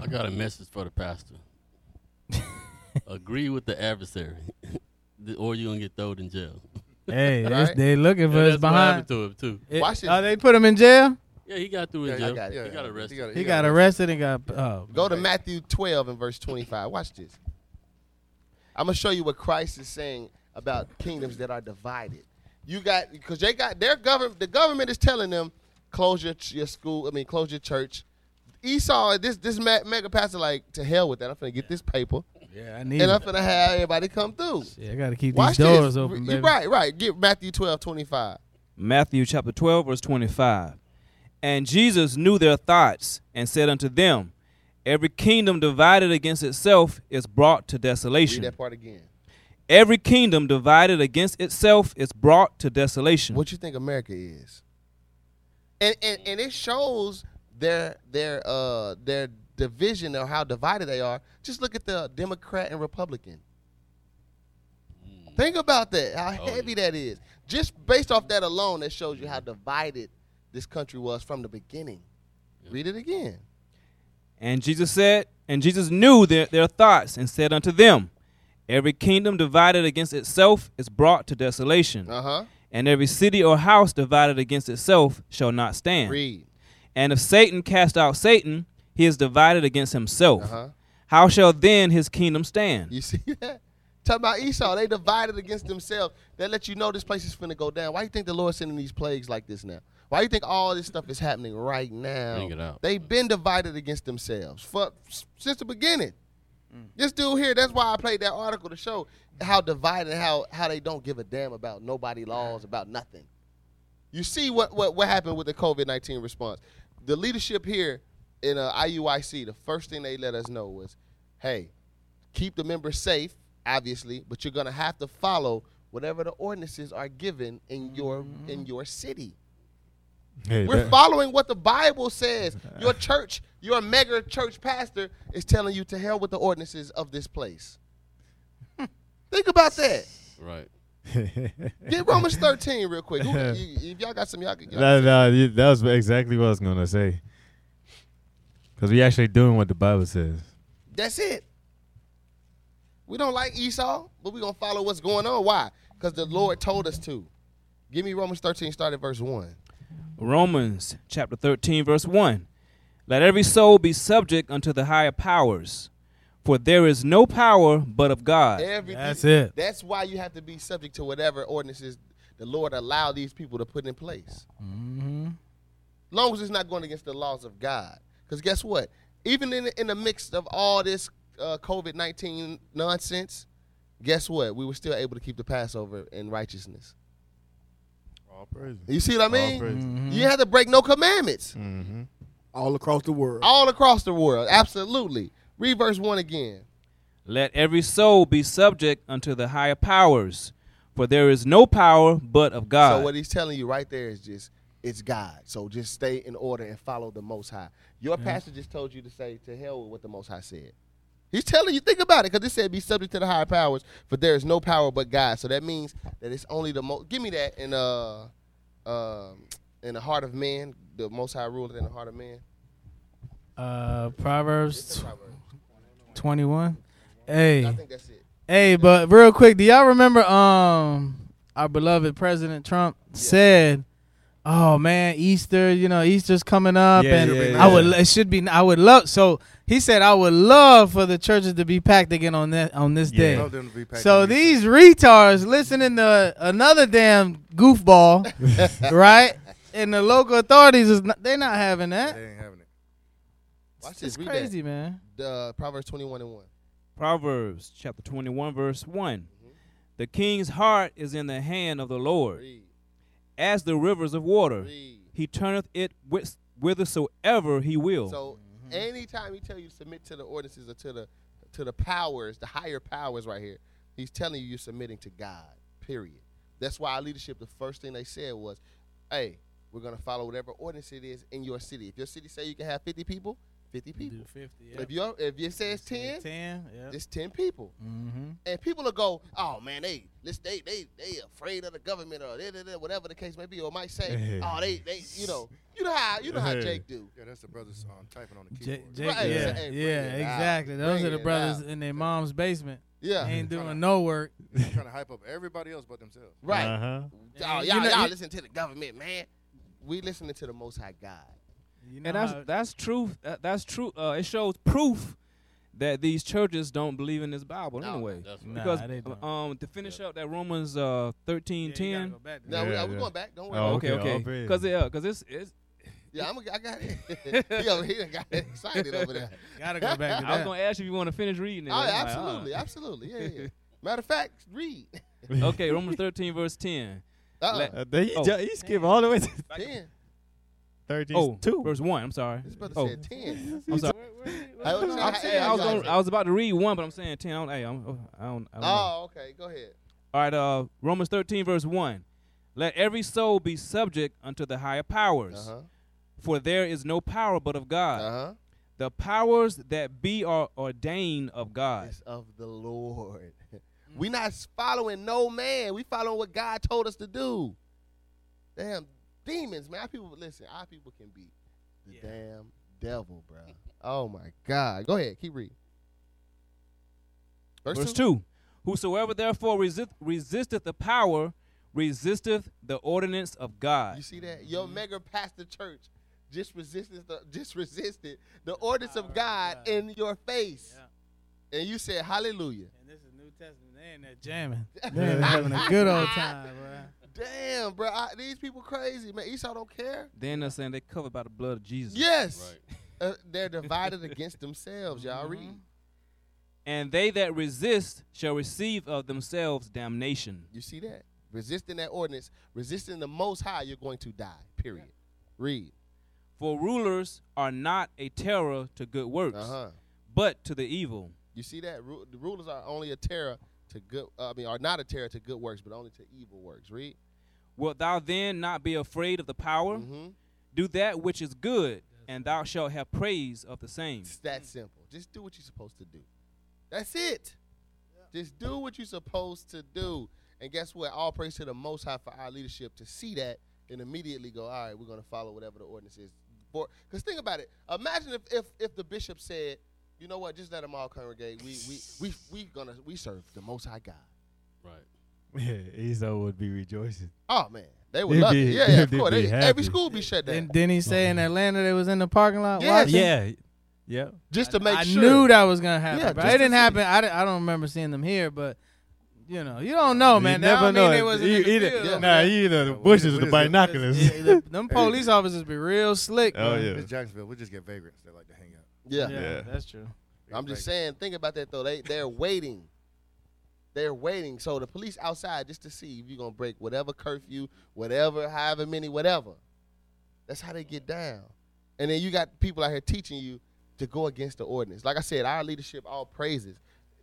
[SPEAKER 4] I got a message for the pastor. Agree with the adversary. th- or you're gonna get thrown in jail.
[SPEAKER 2] Hey, that's- they looking for
[SPEAKER 4] And
[SPEAKER 2] us
[SPEAKER 4] that's
[SPEAKER 2] behind-
[SPEAKER 4] What happened to him too.
[SPEAKER 2] It- Watch this. oh, they put him in jail?
[SPEAKER 4] Yeah, he got through in
[SPEAKER 1] Yeah, I
[SPEAKER 4] jail.
[SPEAKER 1] got it.
[SPEAKER 4] he got arrested.
[SPEAKER 2] He got arrested and got. Oh,
[SPEAKER 1] Go to Matthew 12 and verse 25. Watch this. I'm gonna show you what Christ is saying about kingdoms that are divided. You got because they got their government. The government is telling them close your your school. I mean, close your church. Esau, this this me- mega pastor, like to hell with that. I'm gonna get this paper.
[SPEAKER 2] Yeah, I need
[SPEAKER 1] And
[SPEAKER 2] it.
[SPEAKER 1] I'm gonna have everybody come through.
[SPEAKER 2] yeah, I got to keep
[SPEAKER 1] Watch
[SPEAKER 2] these doors
[SPEAKER 1] this.
[SPEAKER 2] open,
[SPEAKER 1] You-
[SPEAKER 2] baby.
[SPEAKER 1] Right, right. Get Matthew 12, 25.
[SPEAKER 9] Matthew chapter 12, verse 25. And Jesus knew their thoughts and said unto them, Every kingdom divided against itself is brought to
[SPEAKER 1] Read
[SPEAKER 9] desolation.
[SPEAKER 1] that part again.
[SPEAKER 9] Every kingdom divided against itself is brought to desolation.
[SPEAKER 1] What you think America is? and and, and it shows their their uh their division or how divided they are. Just look at the Democrat and Republican. Think about that, how heavy that is. Just based off that alone, that shows you how divided this country was from the beginning. Read it again.
[SPEAKER 9] And Jesus said, and Jesus knew their, their thoughts and said unto them, Every kingdom divided against itself is brought to desolation.
[SPEAKER 1] Uh-huh.
[SPEAKER 9] And every city or house divided against itself shall not stand.
[SPEAKER 1] Read.
[SPEAKER 9] And if Satan cast out Satan, he is divided against himself.
[SPEAKER 1] Uh-huh.
[SPEAKER 9] How shall then his kingdom stand?
[SPEAKER 1] You see that? Talk about Esau. They divided against themselves. That let you know this place is finna go down. Why you think the Lord's sending these plagues like this now? Why you think all this stuff is happening right now?
[SPEAKER 4] Bring it out.
[SPEAKER 1] They've been divided against themselves for, since the beginning. This dude here, that's why I played that article to show how divided, how how they don't give a damn about nobody laws, about nothing. You see what what, what happened with the COVID nineteen response. The leadership here in uh, IUIC, the first thing they let us know was, hey, keep the members safe, obviously, but you're gonna have to follow whatever the ordinances are given in your in your city.
[SPEAKER 3] Hey,
[SPEAKER 1] We're
[SPEAKER 3] that-
[SPEAKER 1] following what the Bible says. Your church, your mega church pastor is telling you to hell with the ordinances of this place. Think about that.
[SPEAKER 4] Right.
[SPEAKER 1] Get Romans 13 real quick. Who- you- if y'all got some, y'all can y'all
[SPEAKER 3] that, that, you- that was exactly what I was gonna say. Cause we actually doing what the Bible says.
[SPEAKER 1] That's it. We don't like Esau, but we're going to follow what's going on. Why? Because the Lord told us to. Give me Romans 13, start at verse 1.
[SPEAKER 9] Romans chapter 13, verse 1. Let every soul be subject unto the higher powers, for there is no power but of God.
[SPEAKER 1] Everything, That's why you have to be subject to whatever ordinances the Lord allowed these people to put in place.
[SPEAKER 2] Mm-hmm.
[SPEAKER 1] long as it's not going against the laws of God. Because guess what? Even in in the midst of all this uh, COVID nineteen nonsense, guess what? We were still able to keep the Passover in righteousness.
[SPEAKER 3] All praise.
[SPEAKER 1] You see what I
[SPEAKER 3] All
[SPEAKER 1] mean?
[SPEAKER 3] praises. Mm-hmm.
[SPEAKER 1] You had to break no commandments.
[SPEAKER 10] All across the world.
[SPEAKER 1] All across the world, absolutely. Read verse one again.
[SPEAKER 9] Let every soul be subject unto the higher powers, for there is no power but of God.
[SPEAKER 1] So what he's telling you right there is just it's God. So just stay in order and follow the Most High. Your
[SPEAKER 2] Yeah.
[SPEAKER 1] pastor just told you to say to hell with what the Most High said. He's telling you think about it because it said be subject to the higher powers, but there is no power but God. So that means that it's only the most. Give me that in uh um in the heart of man, the Most High ruler in the heart of man.
[SPEAKER 2] Uh, Proverbs twenty one. Hey,
[SPEAKER 1] I think that's it.
[SPEAKER 2] hey, but real quick, do y'all remember? Um, our beloved President Trump said, "Oh man, Easter, you know, Easter's coming up,
[SPEAKER 9] Yeah,
[SPEAKER 2] and
[SPEAKER 9] yeah, yeah.
[SPEAKER 2] I would, it should be, I would love." So he said, "I would love for the churches to be packed again on that on this
[SPEAKER 3] Yeah.
[SPEAKER 2] day."
[SPEAKER 5] Love them to be packed
[SPEAKER 2] so
[SPEAKER 5] on Easter.
[SPEAKER 2] these retards listening to another damn goofball, right? And the local authorities is not, they not having that.
[SPEAKER 5] They ain't having it.
[SPEAKER 1] Watch
[SPEAKER 2] It's
[SPEAKER 1] this. Read
[SPEAKER 2] crazy, man.
[SPEAKER 1] that. The Proverbs twenty one and one.
[SPEAKER 9] Proverbs chapter 21, verse one The king's heart is in the hand of the Lord,
[SPEAKER 1] Read.
[SPEAKER 9] as the rivers of water.
[SPEAKER 1] Read.
[SPEAKER 9] He turneth it whith- whithersoever he will.
[SPEAKER 1] So
[SPEAKER 2] Mm-hmm.
[SPEAKER 1] anytime he tell you to submit to the ordinances or to the to the powers, the higher powers right here, he's telling you you're submitting to God. Period. That's why our leadership, the first thing they said was, "Hey, we're gonna follow whatever ordinance it is in your city. If your city say you can have 50 people, 50 people. If your if it says 10,
[SPEAKER 2] Ten. Yeah.
[SPEAKER 1] it's 10 people.
[SPEAKER 2] Mm-hmm.
[SPEAKER 1] And people will go, "Oh man, they listen, they they they afraid of the government or they, they, they, whatever the case may be, or might say, oh they they you know you know how you know how Jake do."
[SPEAKER 5] Yeah, that's the brothers um, typing on the
[SPEAKER 2] J-
[SPEAKER 5] keyboard.
[SPEAKER 2] Jake,
[SPEAKER 1] Right,
[SPEAKER 2] yeah,
[SPEAKER 1] hey, bring
[SPEAKER 2] yeah,
[SPEAKER 1] it out.
[SPEAKER 2] exactly. Those
[SPEAKER 1] Bring
[SPEAKER 2] are the
[SPEAKER 1] it
[SPEAKER 2] brothers
[SPEAKER 1] out.
[SPEAKER 2] in their mom's basement.
[SPEAKER 1] Yeah.
[SPEAKER 2] They ain't doing no work.
[SPEAKER 5] They're trying to hype up everybody else but themselves.
[SPEAKER 1] Right.
[SPEAKER 3] Uh-huh.
[SPEAKER 1] Y'all, y'all,
[SPEAKER 2] You know-
[SPEAKER 1] y'all
[SPEAKER 2] you-
[SPEAKER 1] listen to the government, man. We listening to the Most High God.
[SPEAKER 2] You know
[SPEAKER 9] And that's
[SPEAKER 2] how-
[SPEAKER 9] that's truth. That, that's true. Uh, it shows proof that these churches don't believe in this Bible
[SPEAKER 1] No,
[SPEAKER 9] anyway.
[SPEAKER 4] that's right.
[SPEAKER 2] Nah,
[SPEAKER 9] Because
[SPEAKER 2] they don't.
[SPEAKER 9] um, to finish up that Romans uh
[SPEAKER 2] Yeah,
[SPEAKER 9] thirteen
[SPEAKER 2] you gotta
[SPEAKER 9] ten.
[SPEAKER 2] go back to
[SPEAKER 1] No,
[SPEAKER 2] that.
[SPEAKER 1] we,
[SPEAKER 3] Yeah,
[SPEAKER 1] we
[SPEAKER 3] yeah.
[SPEAKER 1] going back. Don't worry.
[SPEAKER 3] Oh,
[SPEAKER 1] about
[SPEAKER 9] okay,
[SPEAKER 3] okay,
[SPEAKER 9] okay.
[SPEAKER 3] all praise.
[SPEAKER 9] Because yeah, because it's it's.
[SPEAKER 1] it. Yeah, I'm. A, I got it. he over here got excited over there.
[SPEAKER 2] Gotta go back to
[SPEAKER 9] I was
[SPEAKER 2] that.
[SPEAKER 9] gonna ask you if you want to finish reading it.
[SPEAKER 1] Oh,
[SPEAKER 9] I'm
[SPEAKER 1] yeah,
[SPEAKER 9] like,
[SPEAKER 1] absolutely,
[SPEAKER 9] ah.
[SPEAKER 1] absolutely. Yeah, yeah. yeah. Matter of fact, read.
[SPEAKER 9] okay, Romans thirteen verse ten.
[SPEAKER 1] Uh,
[SPEAKER 9] Let-
[SPEAKER 3] Uh, they,
[SPEAKER 9] Oh.
[SPEAKER 3] ju- he skipped all the way to
[SPEAKER 1] ten.
[SPEAKER 3] 13.
[SPEAKER 9] Oh,
[SPEAKER 3] two.
[SPEAKER 9] verse one. I'm sorry.
[SPEAKER 1] This brother
[SPEAKER 9] Oh,
[SPEAKER 1] said ten.
[SPEAKER 9] I'm sorry.
[SPEAKER 1] I was-
[SPEAKER 9] I'm
[SPEAKER 1] I-
[SPEAKER 9] saying
[SPEAKER 1] I
[SPEAKER 9] I was
[SPEAKER 1] was
[SPEAKER 9] gonna, I was about to read one, but I'm saying ten. I don't, hey, I'm, I don't. I don't know.
[SPEAKER 1] Oh, okay. Go ahead.
[SPEAKER 9] All right, uh, Romans 13, verse 1. Let every soul be subject unto the higher powers,
[SPEAKER 1] Uh huh.
[SPEAKER 9] for there is no power but of God.
[SPEAKER 1] Uh huh.
[SPEAKER 9] The powers that be are ordained of God.
[SPEAKER 1] It's of the Lord. We not following no man. We following what God told us to do. Damn demons, man. Our people listen. Our people can be the damn devil, bro. Oh my God. Go ahead. Keep reading.
[SPEAKER 9] Verse 2. Whosoever therefore resist, resisteth the power, resisteth the ordinance of
[SPEAKER 1] You
[SPEAKER 9] God.
[SPEAKER 1] see that? Your mega pastor church just resisted the just resisted the ordinance of God in your face. And you said hallelujah.
[SPEAKER 2] And this is New Testament. They in there jamming. They in there having a good old time, bro.
[SPEAKER 1] Damn, bro. I- these people crazy, man. Esau don't care.
[SPEAKER 9] Then they're saying they're covered by the blood of Jesus.
[SPEAKER 1] Yes. Uh, they're divided against themselves. Y'all read.
[SPEAKER 9] And they that resist shall receive of themselves damnation.
[SPEAKER 1] You see that? Resisting that ordinance, resisting the most high, you're going to die. Period. Read.
[SPEAKER 9] For rulers are not a terror to good works,
[SPEAKER 1] Uh-huh.
[SPEAKER 9] but to the evil.
[SPEAKER 1] You see that? Ru- the rulers are only a terror to good I mean are not a terror to good works, but only to evil works. Read.
[SPEAKER 9] Wilt thou then not be afraid of the power?
[SPEAKER 1] Mhm.
[SPEAKER 9] Do that which is good, and thou shalt have praise of the same.
[SPEAKER 1] It's that
[SPEAKER 2] Mm.
[SPEAKER 1] simple. Just do what you're supposed to do. That's it. Just do what you're supposed to do. And guess what? All praise to the Most High for our leadership to see that and immediately go, all right, we're going to follow whatever the ordinance is. Because think about it. Imagine if, if if the bishop said, you know what, just let them all congregate. We we we we gonna we serve the Most High God.
[SPEAKER 4] Right.
[SPEAKER 3] Yeah, Esau would be rejoicing.
[SPEAKER 1] Oh man, they would
[SPEAKER 3] They'd
[SPEAKER 1] love
[SPEAKER 3] be-
[SPEAKER 1] it. Yeah, yeah, of
[SPEAKER 3] they'd
[SPEAKER 1] course.
[SPEAKER 3] be
[SPEAKER 1] They-
[SPEAKER 3] happy.
[SPEAKER 1] every school be shut down
[SPEAKER 2] Then didn't he say in Atlanta they was in the parking lot?
[SPEAKER 1] Yes.
[SPEAKER 2] watching?
[SPEAKER 3] Yeah. Yeah.
[SPEAKER 1] just to make
[SPEAKER 2] I
[SPEAKER 1] sure.
[SPEAKER 2] knew that was gonna happen.
[SPEAKER 1] Yeah,
[SPEAKER 2] bro.
[SPEAKER 1] just
[SPEAKER 2] It
[SPEAKER 1] to
[SPEAKER 2] didn't
[SPEAKER 1] see.
[SPEAKER 2] happen. I, di- I don't remember seeing them here, but you know, you don't know,
[SPEAKER 3] You
[SPEAKER 2] Oh, man. That
[SPEAKER 3] never
[SPEAKER 2] don't
[SPEAKER 3] know.
[SPEAKER 2] mean they wasn't in
[SPEAKER 3] E-
[SPEAKER 2] the
[SPEAKER 3] either,
[SPEAKER 2] field,
[SPEAKER 1] Yeah.
[SPEAKER 3] Nah,
[SPEAKER 2] man.
[SPEAKER 3] either the bushes
[SPEAKER 5] we
[SPEAKER 3] or the
[SPEAKER 5] just got-
[SPEAKER 3] binoculars.
[SPEAKER 2] Yeah, the- them police officers be real slick.
[SPEAKER 3] Oh,
[SPEAKER 2] man.
[SPEAKER 3] yeah.
[SPEAKER 5] It's Jacksonville. We just get vagrants that like to hang out.
[SPEAKER 1] yeah.
[SPEAKER 2] yeah,
[SPEAKER 3] Yeah.
[SPEAKER 2] that's true.
[SPEAKER 1] I'm just saying, think about that though. They they're waiting. They're waiting. So the police outside just to see if you're gonna break whatever curfew, whatever, however many, whatever. That's how they get down. And then you got people out here teaching you to go against the ordinance. Like I said, our leadership all praises.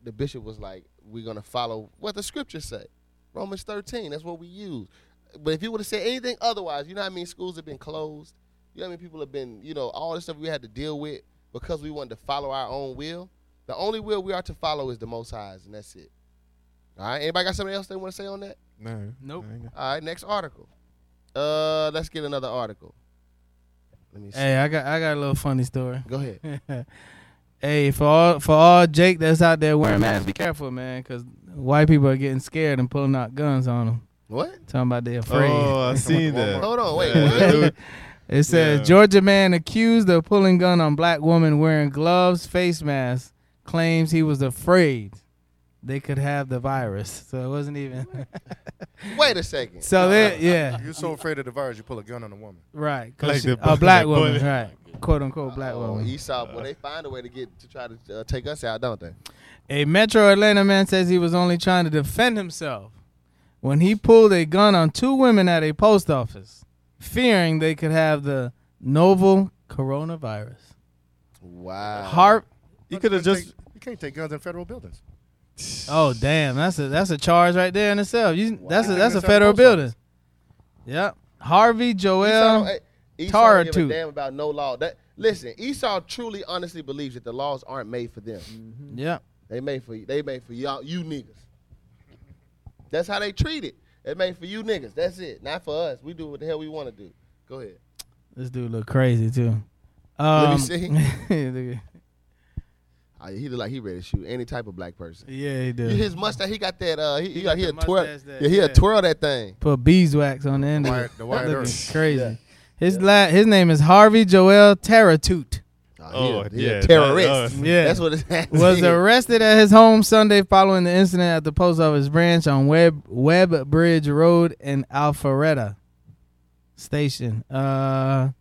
[SPEAKER 1] The bishop was like, We're gonna follow what the scriptures say. Romans 13, that's what we use. But if you would have said anything otherwise, you know what I mean? Schools have been closed. You know what I mean? People have been, you know, all this stuff we had to deal with because we wanted to follow our own will. The only will we are to follow is the Most High's, and that's it. All right. Anybody got something else they want to say on that?
[SPEAKER 3] No.
[SPEAKER 2] Nope.
[SPEAKER 3] I ain't got-
[SPEAKER 1] All right. Next article. Uh, let's get another article. Let me see.
[SPEAKER 2] Hey, I got I got a little funny story.
[SPEAKER 1] Go ahead.
[SPEAKER 2] hey, for all for all Jake that's out there wearing masks, be careful, man, because white people are getting scared and pulling out guns on them.
[SPEAKER 1] What?
[SPEAKER 2] Talking about they afraid.
[SPEAKER 3] Oh, I seen that.
[SPEAKER 1] Hold on. Wait.
[SPEAKER 3] Yeah,
[SPEAKER 1] what?
[SPEAKER 3] dude.
[SPEAKER 2] It says
[SPEAKER 3] Yeah.
[SPEAKER 2] Georgia man accused of pulling gun on black woman wearing gloves, face mask, claims he was afraid they could have the virus. So it wasn't even.
[SPEAKER 1] Wait a second.
[SPEAKER 2] so they yeah,
[SPEAKER 5] You're so afraid of the virus, you pull a gun on a woman.
[SPEAKER 2] right. 'cause
[SPEAKER 3] Like
[SPEAKER 2] she-
[SPEAKER 3] the
[SPEAKER 2] a
[SPEAKER 3] bullet-
[SPEAKER 2] black woman,
[SPEAKER 3] bullet.
[SPEAKER 2] right? Quote unquote black
[SPEAKER 1] oh,
[SPEAKER 2] woman.
[SPEAKER 1] Esau. Well, they find a way to get to try to uh, take us out, don't they?
[SPEAKER 2] A Metro Atlanta man says he was only trying to defend himself when he pulled a gun on two women at a post office, fearing they could have the novel coronavirus.
[SPEAKER 1] Wow.
[SPEAKER 2] Harp.
[SPEAKER 3] You could have just.
[SPEAKER 5] you can't take guns in federal buildings.
[SPEAKER 2] Oh damn, that's a that's a charge right there in itself. You, That's a
[SPEAKER 5] Wow.
[SPEAKER 2] that's a
[SPEAKER 5] Inside the
[SPEAKER 2] federal
[SPEAKER 5] post office.
[SPEAKER 2] building. Yep. Harvey
[SPEAKER 1] Esau,
[SPEAKER 2] Joel.
[SPEAKER 1] don't- hey, Esau
[SPEAKER 2] Tara
[SPEAKER 1] don't give
[SPEAKER 2] too.
[SPEAKER 1] a damn about no law. That listen, Esau truly, honestly believes that the laws aren't made for them.
[SPEAKER 2] Mm. Yep.
[SPEAKER 1] They made for they made for y'all you niggas. That's how they treat it. They made for you niggas. That's it. Not for us. We do what the hell we want to do. Go ahead.
[SPEAKER 2] This dude look crazy too. Um,
[SPEAKER 1] Let me
[SPEAKER 2] look at-
[SPEAKER 1] Uh, he look like he ready to shoot any type of black person.
[SPEAKER 2] Yeah, he do.
[SPEAKER 1] His mustache, he got that. Uh, he, he, got, he a
[SPEAKER 2] the
[SPEAKER 1] twirl.
[SPEAKER 2] mustache that-
[SPEAKER 1] yeah, he a
[SPEAKER 2] yeah.
[SPEAKER 1] twirl that thing.
[SPEAKER 2] Put beeswax on the end.
[SPEAKER 1] Wire-
[SPEAKER 2] of it.
[SPEAKER 1] the wire
[SPEAKER 2] Looking
[SPEAKER 1] dirt.
[SPEAKER 2] crazy. His la- his name is Harvey Joel Terratoot.
[SPEAKER 1] Oh, he a
[SPEAKER 3] yeah, that-
[SPEAKER 1] terrorist.
[SPEAKER 3] oh.
[SPEAKER 2] uh, Yeah,
[SPEAKER 1] That's what it
[SPEAKER 2] was arrested at his home Sunday following the incident at the post office branch on Web Web Bridge Road in Alpharetta Station. Uh,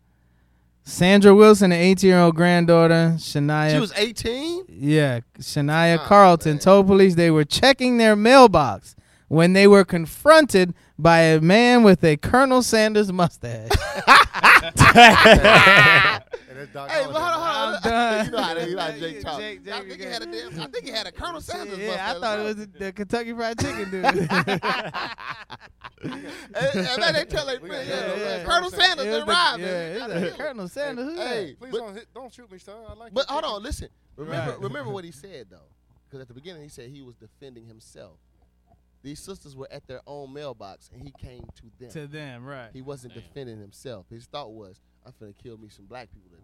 [SPEAKER 2] Sandra Wilson, an 18-year-old granddaughter, Shania.
[SPEAKER 1] She was Ah, 18.
[SPEAKER 2] Yeah, Shania Carlton told police they were checking their mailbox when they were confronted by a man with a Colonel Sanders mustache.
[SPEAKER 1] Hey, but hold on, hold on.
[SPEAKER 2] done.
[SPEAKER 1] you know how, they, you know how Jake talk.
[SPEAKER 2] Jake-
[SPEAKER 1] I
[SPEAKER 2] Jake
[SPEAKER 1] think he had a damn. I think he had a Colonel Sanders.
[SPEAKER 2] yeah, I
[SPEAKER 1] mustache.
[SPEAKER 2] thought it was the, the Kentucky Fried Chicken dude.
[SPEAKER 1] And, and then they tell their friend, yeah,
[SPEAKER 2] yeah, yeah.
[SPEAKER 1] Colonel Sanders
[SPEAKER 2] It was
[SPEAKER 1] done
[SPEAKER 2] the-
[SPEAKER 1] robbed
[SPEAKER 2] yeah,
[SPEAKER 1] him.
[SPEAKER 2] it was
[SPEAKER 1] Gotta
[SPEAKER 2] the
[SPEAKER 1] kill him.
[SPEAKER 2] Colonel Sanders. Who
[SPEAKER 1] Hey,
[SPEAKER 2] that?
[SPEAKER 5] Please
[SPEAKER 1] but-
[SPEAKER 5] don't hit, don't shoot me, sir. I like.
[SPEAKER 1] But
[SPEAKER 5] your
[SPEAKER 1] hold
[SPEAKER 5] chicken.
[SPEAKER 1] on, listen. Remember,
[SPEAKER 2] Right.
[SPEAKER 1] remember what he said though, because at the beginning he said he was defending himself. These sisters were at their own mailbox, and he came to them.
[SPEAKER 2] To them, right?
[SPEAKER 1] He wasn't defending himself. His thought was, "I'm finna kill me some black people today."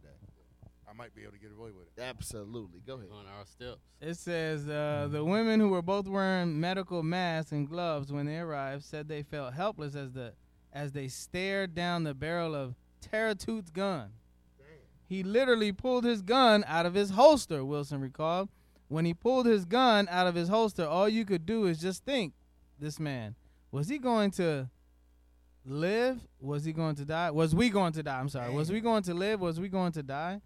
[SPEAKER 5] I might be able to get away with it.
[SPEAKER 1] Absolutely, go ahead.
[SPEAKER 4] on our steps.
[SPEAKER 2] It says uh, the women who were both wearing medical masks and gloves when they arrived said they felt helpless as the as they stared down the barrel of Terratoot's gun. He literally pulled his gun out of his holster, Wilson recalled. When he pulled his gun out of his holster, all you could do is just think, this man, was he going to live? Was he going to die? Was we going to die? I'm sorry. Was we going to live? Was we going to die?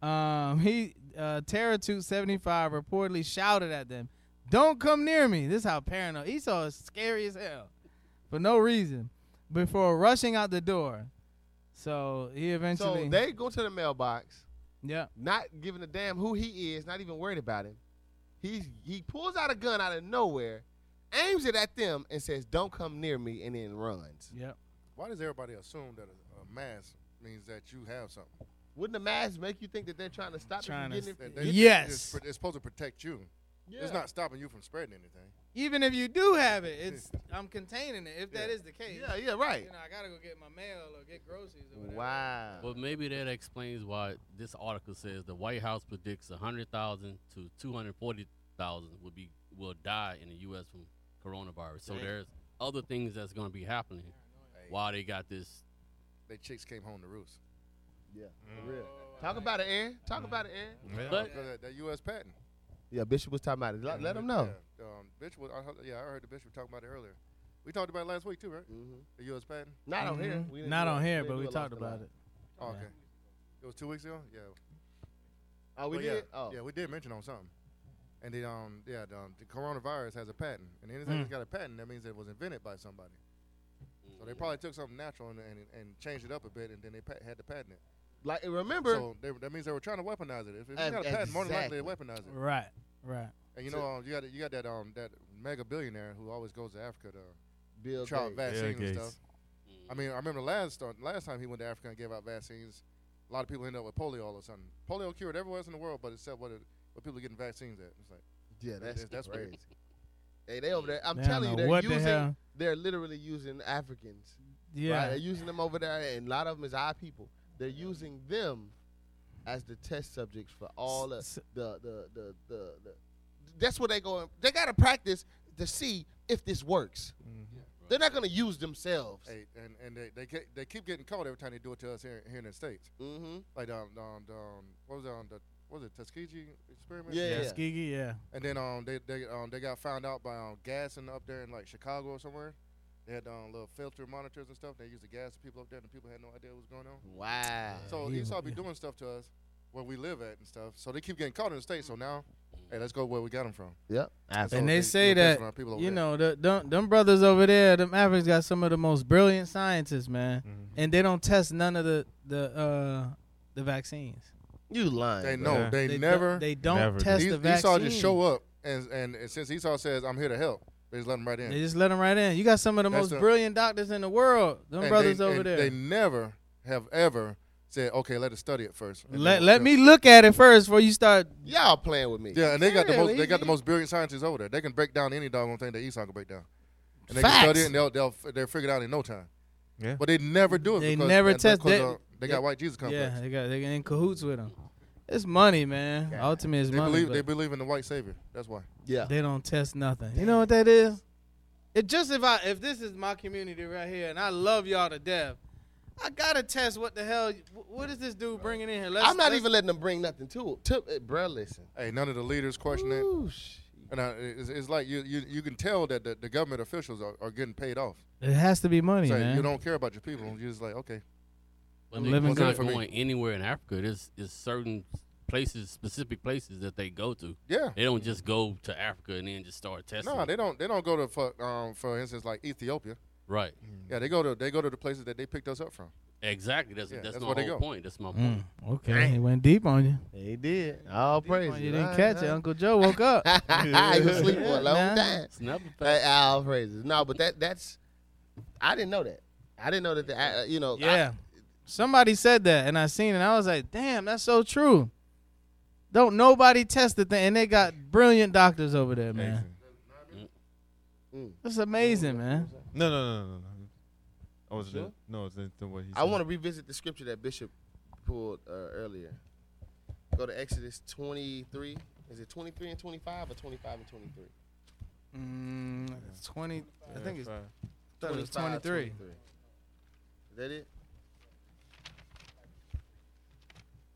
[SPEAKER 2] Um, he uh, Terra two seventy five reportedly shouted at them, "Don't come near me." This is how paranoid Esau is scary as hell, for no reason. Before rushing out the door, so he eventually.
[SPEAKER 1] So they go to the mailbox,
[SPEAKER 2] yeah,
[SPEAKER 1] not giving a damn who he is, not even worried about him. He he pulls out a gun out of nowhere, aims it at them, and says, "Don't come near me," and then runs.
[SPEAKER 2] yep.
[SPEAKER 5] Why does everybody assume that a, a mask means that you have something?
[SPEAKER 1] Wouldn't the mask make you think that they're trying to stop
[SPEAKER 2] Trying
[SPEAKER 1] you
[SPEAKER 2] to
[SPEAKER 1] from getting
[SPEAKER 5] That
[SPEAKER 1] it?
[SPEAKER 5] they-
[SPEAKER 2] Yes.
[SPEAKER 5] It's, it's supposed to protect you. It's
[SPEAKER 1] Yeah.
[SPEAKER 5] not stopping you from spreading anything.
[SPEAKER 2] Even if you do have it, it's I'm containing it. If that
[SPEAKER 5] Yeah.
[SPEAKER 2] is the case,
[SPEAKER 1] Yeah, yeah, right.
[SPEAKER 2] You know, I gotta go get my mail or get groceries or whatever.
[SPEAKER 1] Wow.
[SPEAKER 4] Well, maybe that explains why this article says the White House predicts 100,000 to 240,000 will be will die in the U.S. from coronavirus. So there's other things that's going to be happening while they got this.
[SPEAKER 5] They chicks came home to roost.
[SPEAKER 1] Yeah, for
[SPEAKER 2] mm. uh,
[SPEAKER 1] real. Talk about it, Aaron. Talk about it, Aaron.
[SPEAKER 4] But
[SPEAKER 5] Uh, Because that, that U.S. patent.
[SPEAKER 1] Yeah, Bishop was talking about it. Let,
[SPEAKER 2] Mm.
[SPEAKER 1] let him know.
[SPEAKER 5] Yeah, um, bitch was, I, heard- yeah, I heard the bitch was talking about it earlier. We talked about it last week too, right?
[SPEAKER 1] Mhm.
[SPEAKER 5] The U.S. patent.
[SPEAKER 1] Not on here.
[SPEAKER 2] Mhm.
[SPEAKER 1] We didn't
[SPEAKER 2] Not
[SPEAKER 1] do
[SPEAKER 2] on
[SPEAKER 1] it.
[SPEAKER 2] here,
[SPEAKER 1] didn't
[SPEAKER 2] but
[SPEAKER 1] do
[SPEAKER 2] we
[SPEAKER 1] a lost
[SPEAKER 2] talked
[SPEAKER 1] the line.
[SPEAKER 2] about it.
[SPEAKER 5] Oh, okay. It was two weeks ago. Yeah.
[SPEAKER 1] Oh, we
[SPEAKER 5] Well,
[SPEAKER 1] did.
[SPEAKER 5] yeah.
[SPEAKER 1] Oh,
[SPEAKER 5] Yeah, we did mention on something. And then, um, yeah, the, um, the coronavirus has a patent, and
[SPEAKER 1] Mm.
[SPEAKER 5] anything that's got a patent, that means it was invented by somebody. So
[SPEAKER 1] Mm.
[SPEAKER 5] they probably took something natural and, and, and changed it up a bit, and then they pa- had to patent it.
[SPEAKER 1] like remember?
[SPEAKER 5] So they, that means they were trying to weaponize it. If it's
[SPEAKER 1] Ex-
[SPEAKER 5] got a patent, more than likely they
[SPEAKER 1] exactly.
[SPEAKER 5] weaponize it.
[SPEAKER 2] Right, right.
[SPEAKER 5] And you know, um, you got you got that um that mega billionaire who always goes to Africa to
[SPEAKER 1] Bill
[SPEAKER 5] try out
[SPEAKER 1] Gates.
[SPEAKER 5] vaccines
[SPEAKER 3] Bill
[SPEAKER 5] and
[SPEAKER 3] Gates.
[SPEAKER 5] stuff. I mean, I remember last uh, last time he went to Africa and gave out vaccines, a lot of people ended up with polio all of a sudden. Polio cured everywhere else in the world, but except what it, what people are getting vaccines at. It's like
[SPEAKER 1] Yeah, that's
[SPEAKER 5] That's- that's
[SPEAKER 1] crazy.
[SPEAKER 5] crazy.
[SPEAKER 1] Hey, they over there. I'm
[SPEAKER 2] They don't
[SPEAKER 1] telling you,
[SPEAKER 2] know
[SPEAKER 1] they're
[SPEAKER 2] what the
[SPEAKER 1] using.
[SPEAKER 2] hell.
[SPEAKER 1] they're literally using Africans.
[SPEAKER 2] Yeah.
[SPEAKER 1] right? they're using them over there, and a lot of them is our people. They're using them as the test subjects for all the
[SPEAKER 2] S-
[SPEAKER 1] the the the, the, the that's what they go. They gotta practice to see if this works.
[SPEAKER 2] Mm-hmm.
[SPEAKER 1] They're not gonna use themselves.
[SPEAKER 5] Hey, and and they they, ke- they keep getting caught every time they do it to us here, here in the states.
[SPEAKER 1] Mm-hmm.
[SPEAKER 5] Like um, um, um what was it on the what was it Tuskegee experiment?
[SPEAKER 1] Yeah.
[SPEAKER 2] Tuskegee, yeah.
[SPEAKER 5] And then um they they um they got found out by um gassing up there in like Chicago or somewhere. They had um little filter monitors and stuff. They used to gas people up there, and the people had no idea what was going on.
[SPEAKER 1] Wow.
[SPEAKER 5] So
[SPEAKER 2] Yeah.
[SPEAKER 5] Esau be doing stuff to us where we live at and stuff. So they keep getting caught in the states. So now, hey, let's go where we got them from.
[SPEAKER 1] Yep.
[SPEAKER 5] So
[SPEAKER 2] And they say
[SPEAKER 5] look out
[SPEAKER 2] that,
[SPEAKER 5] for our people over
[SPEAKER 2] You
[SPEAKER 5] there.
[SPEAKER 2] know, the, them, them brothers over there, them Africans got some of the most brilliant scientists, man.
[SPEAKER 3] Mm-hmm.
[SPEAKER 5] Mm-hmm.
[SPEAKER 2] And they don't test none of the the uh, the vaccines.
[SPEAKER 1] You lying.
[SPEAKER 5] they
[SPEAKER 1] bro.
[SPEAKER 5] know
[SPEAKER 3] Yeah.
[SPEAKER 5] they,
[SPEAKER 2] don't-
[SPEAKER 5] never.
[SPEAKER 2] they don't
[SPEAKER 3] Never do.
[SPEAKER 2] test
[SPEAKER 5] Es-
[SPEAKER 2] the vaccine.
[SPEAKER 5] Esau just show up, and, and and since Esau says I'm here to help, they just let him right in.
[SPEAKER 2] They just let them right in. You got some of the
[SPEAKER 5] That's
[SPEAKER 2] most
[SPEAKER 5] the-
[SPEAKER 2] brilliant doctors in the world. Them
[SPEAKER 5] And
[SPEAKER 2] brothers
[SPEAKER 5] they,
[SPEAKER 2] over
[SPEAKER 5] and
[SPEAKER 2] there.
[SPEAKER 5] They never have ever said, okay, let us study it first. And
[SPEAKER 2] let
[SPEAKER 5] then-
[SPEAKER 2] let me look at it first before you start.
[SPEAKER 1] Y'all playing with me.
[SPEAKER 5] Yeah, and they got the most.
[SPEAKER 2] Really?
[SPEAKER 5] They got the most brilliant scientists over there. They can break down any doggone thing that Esau can break down. And they
[SPEAKER 2] Facts.
[SPEAKER 5] can study it, and they'll they'll f- they'll figure it out in no time.
[SPEAKER 3] Yeah.
[SPEAKER 5] But they never do it.
[SPEAKER 2] They
[SPEAKER 5] because,
[SPEAKER 2] never
[SPEAKER 5] and
[SPEAKER 2] test-
[SPEAKER 5] because,
[SPEAKER 2] they-
[SPEAKER 5] uh, they got white Jesus complex.
[SPEAKER 2] Yeah, they got they in cahoots with them. It's money, man. Ultimately, it's
[SPEAKER 5] They
[SPEAKER 2] money.
[SPEAKER 5] believe
[SPEAKER 2] but-
[SPEAKER 5] they believe in the white savior. That's why.
[SPEAKER 1] Yeah.
[SPEAKER 2] They don't test nothing. You know what that is? It just if I if this is my community right here and I love y'all to death, I gotta test what the hell. wh- What is this dude bringing in here? Let's,
[SPEAKER 1] I'm not
[SPEAKER 2] let's-
[SPEAKER 1] even letting them bring nothing to it. To, it bruh, listen.
[SPEAKER 5] Hey, none of the leaders question
[SPEAKER 1] Ooh,
[SPEAKER 5] it. And I, it's, it's like you, you you can tell that the, the government officials are, are getting paid off.
[SPEAKER 2] It has to be money,
[SPEAKER 5] So
[SPEAKER 2] man.
[SPEAKER 5] You don't care about your people. You're just like, okay.
[SPEAKER 4] Well,
[SPEAKER 2] I'm
[SPEAKER 4] they-
[SPEAKER 2] living
[SPEAKER 4] it's
[SPEAKER 2] good
[SPEAKER 4] not
[SPEAKER 2] for me.
[SPEAKER 4] going anywhere in Africa. There's, there's certain places, specific places that they go to.
[SPEAKER 5] Yeah.
[SPEAKER 4] They don't just go to Africa and then just start testing.
[SPEAKER 5] No, they don't. They don't go to for, um, for instance like Ethiopia.
[SPEAKER 4] Right.
[SPEAKER 5] Yeah, they go to they go to the places that they picked us up from.
[SPEAKER 4] Exactly. That's,
[SPEAKER 5] Yeah,
[SPEAKER 4] that's,
[SPEAKER 5] that's
[SPEAKER 4] my
[SPEAKER 5] where they
[SPEAKER 4] whole
[SPEAKER 5] go.
[SPEAKER 4] point. That's my point.
[SPEAKER 2] Mm, okay, he went deep on you.
[SPEAKER 1] They did. All praise.
[SPEAKER 2] You didn't catch it. Uncle Joe woke up.
[SPEAKER 1] I was asleep for a long
[SPEAKER 2] Nah.
[SPEAKER 1] time.
[SPEAKER 4] It's never
[SPEAKER 1] Hey, all praises. No, but that that's. I didn't know that. I didn't know that. The, I, you know. I-
[SPEAKER 2] Yeah. Somebody said that, and I seen it. and I was like, "Damn, that's so true." Don't nobody test the thing, and they got brilliant doctors over there, man.
[SPEAKER 1] Mm.
[SPEAKER 2] That's amazing, man.
[SPEAKER 3] No, no, no, no, no. I was
[SPEAKER 1] Sure?
[SPEAKER 3] no, it's not what he
[SPEAKER 1] I want to revisit the scripture that Bishop pulled uh, earlier. Go to Exodus 23. Is it 23 and 25 or 25 and 23?
[SPEAKER 2] Mm, it's Twenty, I think it's. I thought it was
[SPEAKER 1] 25,
[SPEAKER 2] twenty-three.
[SPEAKER 1] Is that it?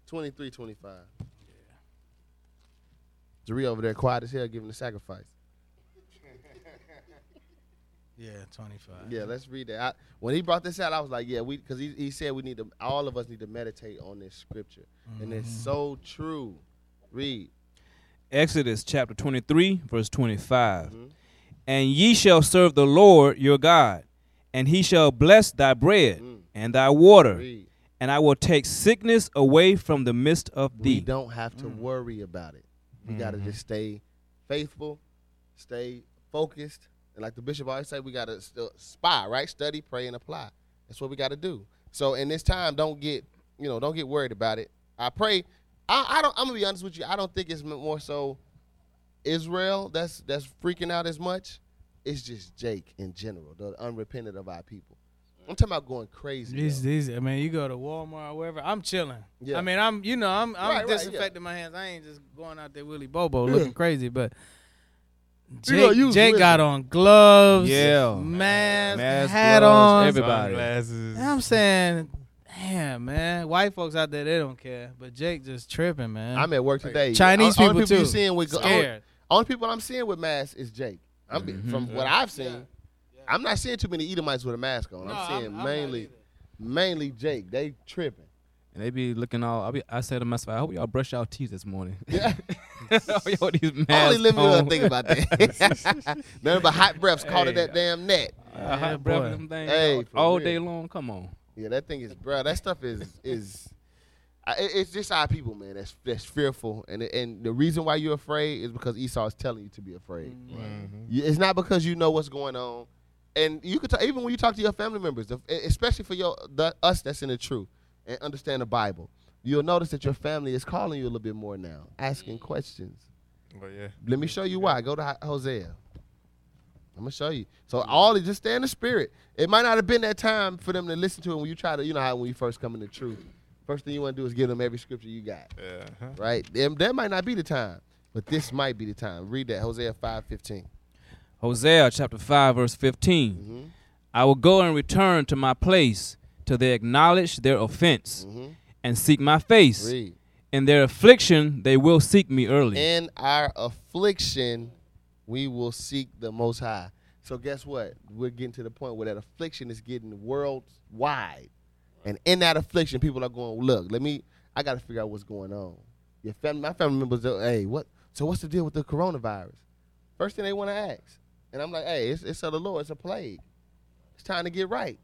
[SPEAKER 1] 23, 25. Yeah. Jerry over there quiet as hell giving the sacrifice.
[SPEAKER 2] Yeah, twenty-five.
[SPEAKER 1] Yeah, let's read that. I, when he brought this out, I was like, yeah, we because he, he said we need to all of us need to meditate on this scripture, and it's so true. Read.
[SPEAKER 9] Exodus chapter 23, verse 25.
[SPEAKER 1] Mm-hmm.
[SPEAKER 9] And ye shall serve the Lord your God, and he shall bless thy bread and thy water,
[SPEAKER 1] Mm. Read.
[SPEAKER 9] and I will take sickness away from the midst of
[SPEAKER 1] We
[SPEAKER 9] thee.
[SPEAKER 1] don't have to worry about it. We got
[SPEAKER 2] Mm-hmm.
[SPEAKER 1] to just stay faithful, stay focused, and like the bishop always say, we got to st- spy, right? Study, pray, and apply. That's what we got to do. So in this time, don't get you know, don't get worried about it. I pray. I, I don't. I'm gonna be honest with you. I don't think it's m- more so Israel that's that's freaking out as much. It's just Jake in general, the unrepentant of our people. I'm talking about going crazy.
[SPEAKER 2] These,
[SPEAKER 1] though.
[SPEAKER 2] these, I mean, you go to Walmart or wherever. I'm chilling.
[SPEAKER 1] Yeah.
[SPEAKER 2] I mean, I'm, you know, I'm, I'm
[SPEAKER 1] Right, right, yeah.
[SPEAKER 2] disinfecting my hands. I ain't just going out there Willy Bobo looking crazy, but
[SPEAKER 1] You know,
[SPEAKER 2] Jake,
[SPEAKER 1] you was
[SPEAKER 2] Jake
[SPEAKER 1] with
[SPEAKER 2] got
[SPEAKER 1] me.
[SPEAKER 2] on gloves,
[SPEAKER 9] Yeah.
[SPEAKER 2] mask,
[SPEAKER 9] Mask,
[SPEAKER 2] hat
[SPEAKER 9] gloves,
[SPEAKER 2] on,
[SPEAKER 9] everything. everybody.
[SPEAKER 3] Glasses.
[SPEAKER 2] And I'm saying, damn, man, white folks out there they don't care, but Jake just tripping, man.
[SPEAKER 1] I'm at work today.
[SPEAKER 2] Chinese
[SPEAKER 1] Only
[SPEAKER 2] people
[SPEAKER 1] people You
[SPEAKER 2] too.
[SPEAKER 1] seeing with
[SPEAKER 2] Scared.
[SPEAKER 1] Only, only people I'm seeing with masks is Jake. I'm be-
[SPEAKER 9] Mm-hmm.
[SPEAKER 1] from what I've seen. I'm not seeing too many Edomites with a mask on. I'm
[SPEAKER 2] I'm-
[SPEAKER 1] seeing
[SPEAKER 2] I'm not
[SPEAKER 1] mainly, mainly Jake. They tripping.
[SPEAKER 9] And they be looking all. I be. I said to myself, I hope y'all brush y'all teeth this morning. Yeah. y'all these masks
[SPEAKER 1] I only living to
[SPEAKER 9] on.
[SPEAKER 1] think about that. Nothing but hot breaths caught in
[SPEAKER 9] Hey.
[SPEAKER 1] that damn net.
[SPEAKER 9] Uh,
[SPEAKER 2] Yeah,
[SPEAKER 9] hot breath
[SPEAKER 2] boy.
[SPEAKER 9] and them things
[SPEAKER 1] Hey,
[SPEAKER 9] all-
[SPEAKER 1] for
[SPEAKER 9] all
[SPEAKER 1] real.
[SPEAKER 9] day long. Come on.
[SPEAKER 1] Yeah, that thing is, bruh, That stuff is is. I, it- it's just our people, man. That's that's fearful, and and the reason why you're afraid is because Esau is telling you to be afraid. You- It's not because you know what's going on, and you could t- even when you talk to your family members, the- e, especially for your the, us that's in the truth and understand the Bible, you'll notice that your family is calling you a little bit more now, asking questions.
[SPEAKER 3] But yeah.
[SPEAKER 1] Let me show you why. Go to Ho- Hosea. I'm gonna show you. So all is just stay in the spirit. It might not have been that time for them to listen to it when you try to, you know how when you first come in the truth. First thing you want to do is give them every scripture you got,
[SPEAKER 3] Yeah. huh.
[SPEAKER 1] right? Them- That might not be the time, but this might be the time. Read that Hosea 5:15.
[SPEAKER 9] Hosea chapter 5, verse 15.
[SPEAKER 1] Mm-hmm.
[SPEAKER 9] I will go and return to my place till they acknowledge their offense and seek my face.
[SPEAKER 1] Mm-hmm. Read.
[SPEAKER 9] In their affliction, they will seek me early.
[SPEAKER 1] In our affliction, we will seek the Most High. So guess what? We're getting to the point where that affliction is getting worldwide, and in that affliction, people are going, "Look, let me. I got to figure out what's going on." Your family, my family members, are, hey, what? So what's the deal with the coronavirus? First thing they want to ask, and I'm like, "Hey, it's, it's of the Lord. It's a plague. It's time to get right.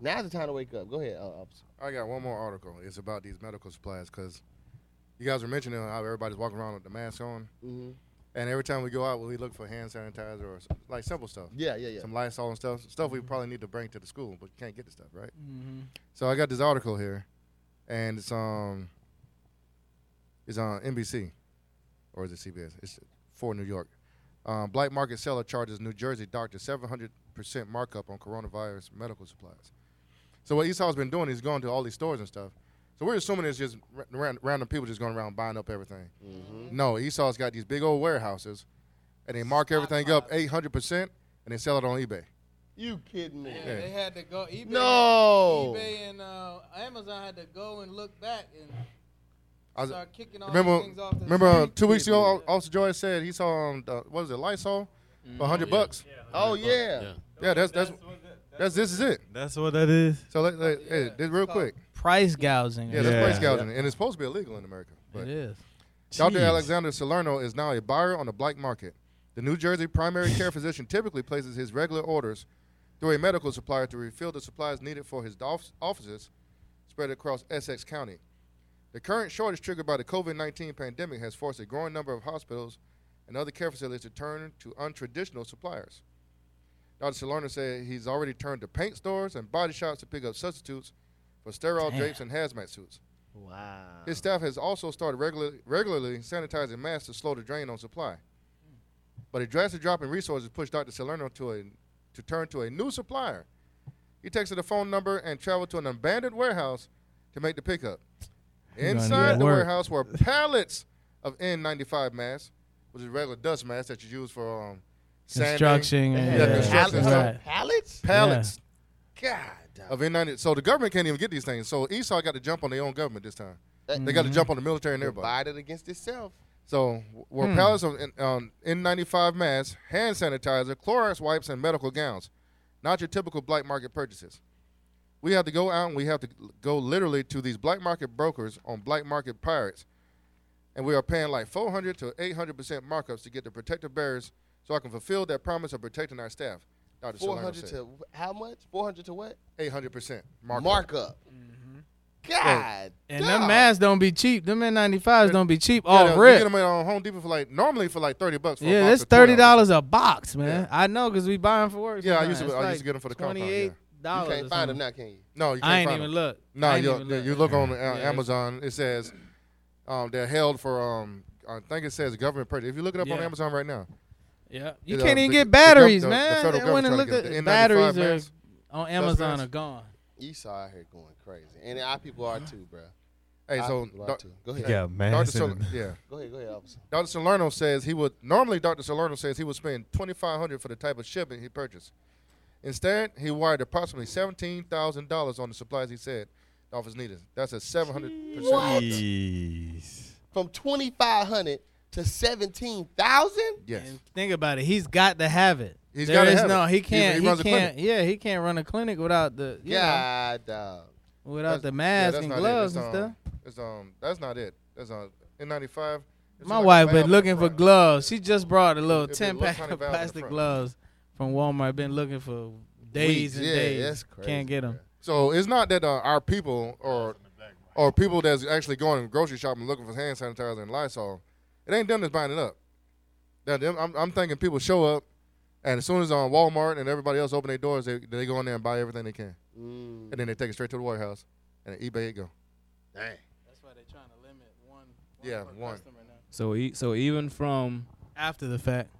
[SPEAKER 1] Now's the time to wake up. Go ahead, uh, officer.
[SPEAKER 5] I got one more article. It's about these medical supplies because you guys were mentioning how everybody's walking around with the mask on,
[SPEAKER 1] Mhm.
[SPEAKER 5] and every time we go out, we look for hand sanitizer or s- like simple stuff.
[SPEAKER 1] Yeah, yeah, yeah.
[SPEAKER 5] Some Lysol and stuff, stuff we probably need to bring to the school, but can't get the stuff right.
[SPEAKER 2] Mm-hmm.
[SPEAKER 5] So I got this article here, and it's um, it's on NBC, or is it CBS? It's for New York. Um, black market seller charges New Jersey doctor 700% markup on coronavirus medical supplies. So what Esau's been doing, he's going to all these stores and stuff, So we're assuming it's just ra- ran- random people just going around buying up everything. No, Esau's got these big old warehouses, and they mark everything up 800% and they sell it on eBay.
[SPEAKER 1] You kidding me?
[SPEAKER 5] Yeah.
[SPEAKER 2] They had to go eBay.
[SPEAKER 1] No.
[SPEAKER 2] eBay and uh, Amazon had to go and look back and
[SPEAKER 5] I was-
[SPEAKER 2] start kicking all
[SPEAKER 5] remember,
[SPEAKER 2] things off. The
[SPEAKER 5] remember uh, two weeks ago, Officer Joy said he saw um, the, what was it, Lysol, for hundred bucks.
[SPEAKER 1] Oh yeah.
[SPEAKER 5] Yeah, that's that's that's this is it.
[SPEAKER 3] That's what that is.
[SPEAKER 5] So let, let, hey, this real quick.
[SPEAKER 2] price gouging.
[SPEAKER 5] Yeah, that's
[SPEAKER 3] Yeah.
[SPEAKER 5] price gouging, and it's supposed to be illegal in America. But
[SPEAKER 2] It is.
[SPEAKER 5] Dr.
[SPEAKER 3] Jeez.
[SPEAKER 5] Alexander Salerno is now a buyer on the black market. The New Jersey primary care physician typically places his regular orders through a medical supplier to refill the supplies needed for his dof- offices spread across Essex County. The current shortage triggered by the COVID 19 pandemic has forced a growing number of hospitals and other care facilities to turn to untraditional suppliers. Dr. Salerno said he's already turned to paint stores and body shops to pick up substitutes for sterile
[SPEAKER 2] Damn.
[SPEAKER 5] drapes and hazmat suits.
[SPEAKER 1] Wow.
[SPEAKER 5] His staff has also started regular, regularly sanitizing masks to slow the drain on supply. But a drastic drop in resources pushed Dr. Salerno to, a, to turn to a new supplier. He texted a phone number and traveled to an abandoned warehouse to make the pickup.
[SPEAKER 3] gonna
[SPEAKER 5] Inside
[SPEAKER 3] get
[SPEAKER 5] the
[SPEAKER 3] work.
[SPEAKER 5] warehouse were pallets of N95 masks, which is regular dust masks that you use for um, sanding.
[SPEAKER 2] Construction.
[SPEAKER 5] Yeah,
[SPEAKER 2] and-
[SPEAKER 5] Yeah, construction
[SPEAKER 2] Right.
[SPEAKER 5] stuff.
[SPEAKER 1] Pallets?
[SPEAKER 5] Pallets
[SPEAKER 1] God.
[SPEAKER 5] of N90. So the government can't even get these things. So Esau got to jump on their own government this time. They got to jump on the military and everybody.
[SPEAKER 1] Divided against itself.
[SPEAKER 5] So, w- were
[SPEAKER 2] Hmm.
[SPEAKER 5] pallets of N- um, N95 masks, hand sanitizer, Clorox wipes, and medical gowns. Not your typical black market purchases. We have to go out and we have to l- go literally to these black market brokers on black market pirates. And we are paying like 400 to 800% markups to get the protective barriers so I can fulfill that promise of protecting our staff. Dr.
[SPEAKER 1] Four
[SPEAKER 5] Solano
[SPEAKER 1] hundred
[SPEAKER 5] said.
[SPEAKER 1] to how much? Four hundred to what?
[SPEAKER 5] 800% markup.
[SPEAKER 1] Markup. God.
[SPEAKER 2] And
[SPEAKER 1] damn.
[SPEAKER 2] them masks don't be cheap. Them N95s don't be cheap
[SPEAKER 5] Yeah,
[SPEAKER 2] off
[SPEAKER 5] you get
[SPEAKER 2] Oh, rip.
[SPEAKER 5] them at um, Home Depot for like, normally for like 30 bucks. For a
[SPEAKER 2] Yeah,
[SPEAKER 5] box
[SPEAKER 2] that's
[SPEAKER 5] of 12.
[SPEAKER 2] thirty dollars a box, man. I know, cause we buy them for work.
[SPEAKER 5] Yeah, I
[SPEAKER 2] sometimes.
[SPEAKER 5] used to-
[SPEAKER 2] It's
[SPEAKER 5] I used
[SPEAKER 2] like
[SPEAKER 5] to get 'em for the compound, yeah.
[SPEAKER 2] Twenty-eight
[SPEAKER 1] You
[SPEAKER 2] dollars.
[SPEAKER 1] can't find them now, can you?
[SPEAKER 5] No, you can't
[SPEAKER 2] I ain't
[SPEAKER 5] find
[SPEAKER 2] even
[SPEAKER 5] them.
[SPEAKER 2] look.
[SPEAKER 5] No,
[SPEAKER 2] I ain't
[SPEAKER 5] you,
[SPEAKER 2] even look.
[SPEAKER 5] you look on uh,
[SPEAKER 2] it's-
[SPEAKER 5] Amazon. It says um, they're held for. Um, I think it says government purchase. If you look it up on
[SPEAKER 2] Yeah.
[SPEAKER 5] Amazon right now,
[SPEAKER 2] Yeah, you
[SPEAKER 5] the-
[SPEAKER 2] can't even
[SPEAKER 5] the- the
[SPEAKER 2] get
[SPEAKER 5] gov-
[SPEAKER 2] batteries,
[SPEAKER 5] the- the
[SPEAKER 2] man.
[SPEAKER 5] federal
[SPEAKER 2] They went and
[SPEAKER 5] government
[SPEAKER 2] looked
[SPEAKER 5] tried
[SPEAKER 2] at
[SPEAKER 5] to
[SPEAKER 2] the
[SPEAKER 5] get the N95
[SPEAKER 2] batteries are
[SPEAKER 5] masks.
[SPEAKER 2] on Amazon
[SPEAKER 5] masks.
[SPEAKER 2] are gone.
[SPEAKER 1] Esau out here going crazy, and our people are too, bro.
[SPEAKER 5] hey,
[SPEAKER 1] Our
[SPEAKER 5] so
[SPEAKER 1] people
[SPEAKER 5] Doc-
[SPEAKER 1] are too. go ahead.
[SPEAKER 3] Yeah, man.
[SPEAKER 5] Dr. Sol- yeah,
[SPEAKER 1] Go ahead. Go ahead, officer.
[SPEAKER 5] Dr. Salerno says he would normally. Dr. Salerno says he would spend twenty five hundred for the type of shipment he purchased. Instead, he wired approximately seventeen thousand dollars on the supplies he said the office needed. That's a seven hundred percent.
[SPEAKER 3] Jeez.
[SPEAKER 1] From twenty five hundred to seventeen thousand.
[SPEAKER 5] Yes,
[SPEAKER 2] And think about it. He's got to have it.
[SPEAKER 5] He's
[SPEAKER 2] There
[SPEAKER 5] gotta
[SPEAKER 2] is
[SPEAKER 5] have
[SPEAKER 2] no.
[SPEAKER 5] it.
[SPEAKER 2] He
[SPEAKER 5] He-
[SPEAKER 2] can't.
[SPEAKER 5] he
[SPEAKER 2] He,
[SPEAKER 5] runs a
[SPEAKER 2] can't. Yeah, he can't run a clinic without the. you know,
[SPEAKER 1] God, dog.
[SPEAKER 2] without the
[SPEAKER 5] Yeah,
[SPEAKER 2] mask
[SPEAKER 5] that's
[SPEAKER 2] and
[SPEAKER 5] not it.
[SPEAKER 2] gloves and
[SPEAKER 5] That's,
[SPEAKER 2] stuff.
[SPEAKER 5] um, It's um, that's not it. That's um, N ninety five.
[SPEAKER 2] My wife been looking for
[SPEAKER 5] gloves.
[SPEAKER 2] gloves. She just brought a little
[SPEAKER 5] It'd be a
[SPEAKER 2] ten
[SPEAKER 5] little
[SPEAKER 2] pack
[SPEAKER 5] tiny
[SPEAKER 2] of
[SPEAKER 5] valve in the
[SPEAKER 2] plastic
[SPEAKER 5] front.
[SPEAKER 2] gloves from Walmart. Been looking for days
[SPEAKER 1] Weeks,
[SPEAKER 2] and
[SPEAKER 1] yeah,
[SPEAKER 2] days.
[SPEAKER 1] that's crazy,
[SPEAKER 2] Can't get them.
[SPEAKER 5] So it's not that uh, our people or or people that's actually going to grocery shopping looking for hand sanitizer and Lysol, it ain't them that's buying it up. Now, them, I'm, I'm thinking people show up, and as soon as on Walmart and everybody else open their doors, they, they go in there and buy everything they can,
[SPEAKER 1] Mm,
[SPEAKER 5] and then they take it straight to the warehouse, and then eBay it go.
[SPEAKER 1] dang.
[SPEAKER 2] That's why they're trying to limit one.
[SPEAKER 5] Yeah, per one. customer
[SPEAKER 2] now.
[SPEAKER 9] So e- so even from
[SPEAKER 2] After the fact.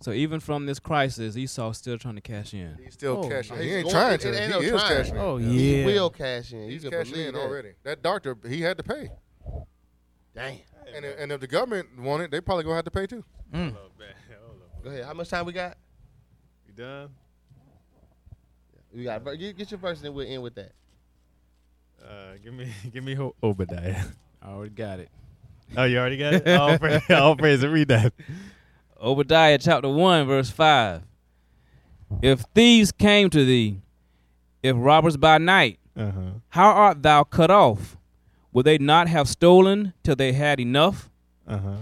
[SPEAKER 9] so even from this crisis, Esau's still trying to cash in.
[SPEAKER 5] He's still
[SPEAKER 2] Oh,
[SPEAKER 5] cashing. in.
[SPEAKER 1] he's
[SPEAKER 5] He ain't
[SPEAKER 1] going-
[SPEAKER 5] trying
[SPEAKER 1] it-
[SPEAKER 5] to.
[SPEAKER 1] it ain't
[SPEAKER 5] he
[SPEAKER 1] no
[SPEAKER 5] is
[SPEAKER 1] trying.
[SPEAKER 5] cashing. in.
[SPEAKER 2] Oh yeah.
[SPEAKER 1] He will cash in.
[SPEAKER 5] He's
[SPEAKER 1] you can
[SPEAKER 5] cashing
[SPEAKER 1] believe
[SPEAKER 5] in
[SPEAKER 1] that.
[SPEAKER 5] already. That doctor, he had to pay.
[SPEAKER 1] Damn.
[SPEAKER 5] And, if- and if the government wanted, they probably gonna have to pay too.
[SPEAKER 1] Go ahead. How much time we got?
[SPEAKER 3] You done?
[SPEAKER 1] We got. Get, get your verse, and then we'll end with that.
[SPEAKER 3] Uh, give me, give me Ho- Obadiah.
[SPEAKER 9] I already got it.
[SPEAKER 3] Oh, you already got it. All praise, all praise. Read that.
[SPEAKER 9] Obadiah chapter 1, verse 5. If thieves came to thee, if robbers by night,
[SPEAKER 3] Uh huh.
[SPEAKER 9] how art thou cut off? Would they not have stolen till they had enough?
[SPEAKER 3] Uh huh.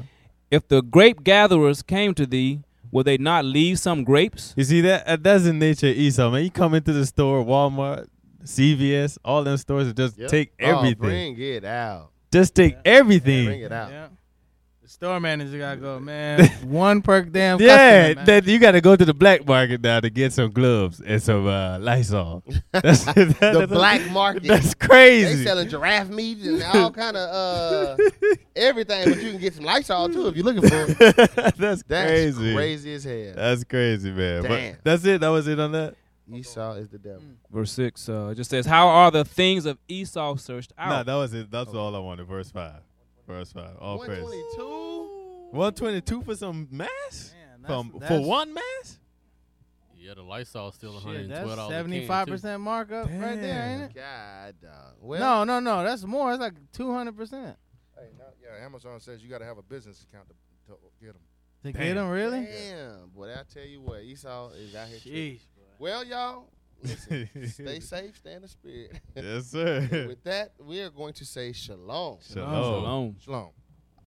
[SPEAKER 9] If the grape gatherers came to thee, would they not leave some grapes?
[SPEAKER 3] You see that? uh, That's the nature of Esau, man. You come into the store, Walmart, CVS, all them stores, and just take
[SPEAKER 1] Oh,
[SPEAKER 3] everything.
[SPEAKER 1] bring it out.
[SPEAKER 3] just take
[SPEAKER 1] Bring
[SPEAKER 3] everything.
[SPEAKER 1] it out.
[SPEAKER 2] Yeah. The store manager gotta go, man. one per damn
[SPEAKER 3] Yeah,
[SPEAKER 2] customer. man.
[SPEAKER 3] that you got to go to the black market now to get some gloves and some uh, Lysol. That's,
[SPEAKER 1] The black market.
[SPEAKER 3] That's
[SPEAKER 1] They
[SPEAKER 3] crazy.
[SPEAKER 1] selling giraffe meat and all kind of uh, everything, but you can get some Lysol too if you're looking for it. That's
[SPEAKER 3] that's crazy.
[SPEAKER 1] crazy as hell.
[SPEAKER 3] That's crazy, man.
[SPEAKER 1] Damn.
[SPEAKER 3] But that's it. That was it on that.
[SPEAKER 1] Esau is the devil.
[SPEAKER 2] Mm.
[SPEAKER 9] Verse six uh, it just says, "How are the things of Esau searched out?"
[SPEAKER 3] Nah, that was it. That's all I wanted. Verse five. Verse five. All praise. 122 for some mass? From for one mass?
[SPEAKER 4] Yeah, the Lysol still
[SPEAKER 2] Shit,
[SPEAKER 4] $112.
[SPEAKER 2] that's
[SPEAKER 4] a can, too.
[SPEAKER 2] seventy five percent markup right there, ain't it?
[SPEAKER 1] God, dog.
[SPEAKER 2] no, no, no. That's more. It's like two hundred percent.
[SPEAKER 5] Hey, now, yeah, Amazon says you got to have a business account to, to get them.
[SPEAKER 2] To get them really?
[SPEAKER 1] Damn, boy, I tell you what, Esau is out here. tripping. Well, y'all, listen, stay safe, stay in the spirit.
[SPEAKER 3] Yes, sir.
[SPEAKER 1] With that, we are going to say shalom.
[SPEAKER 3] oh. Shalom. Shalom.
[SPEAKER 1] Shalom.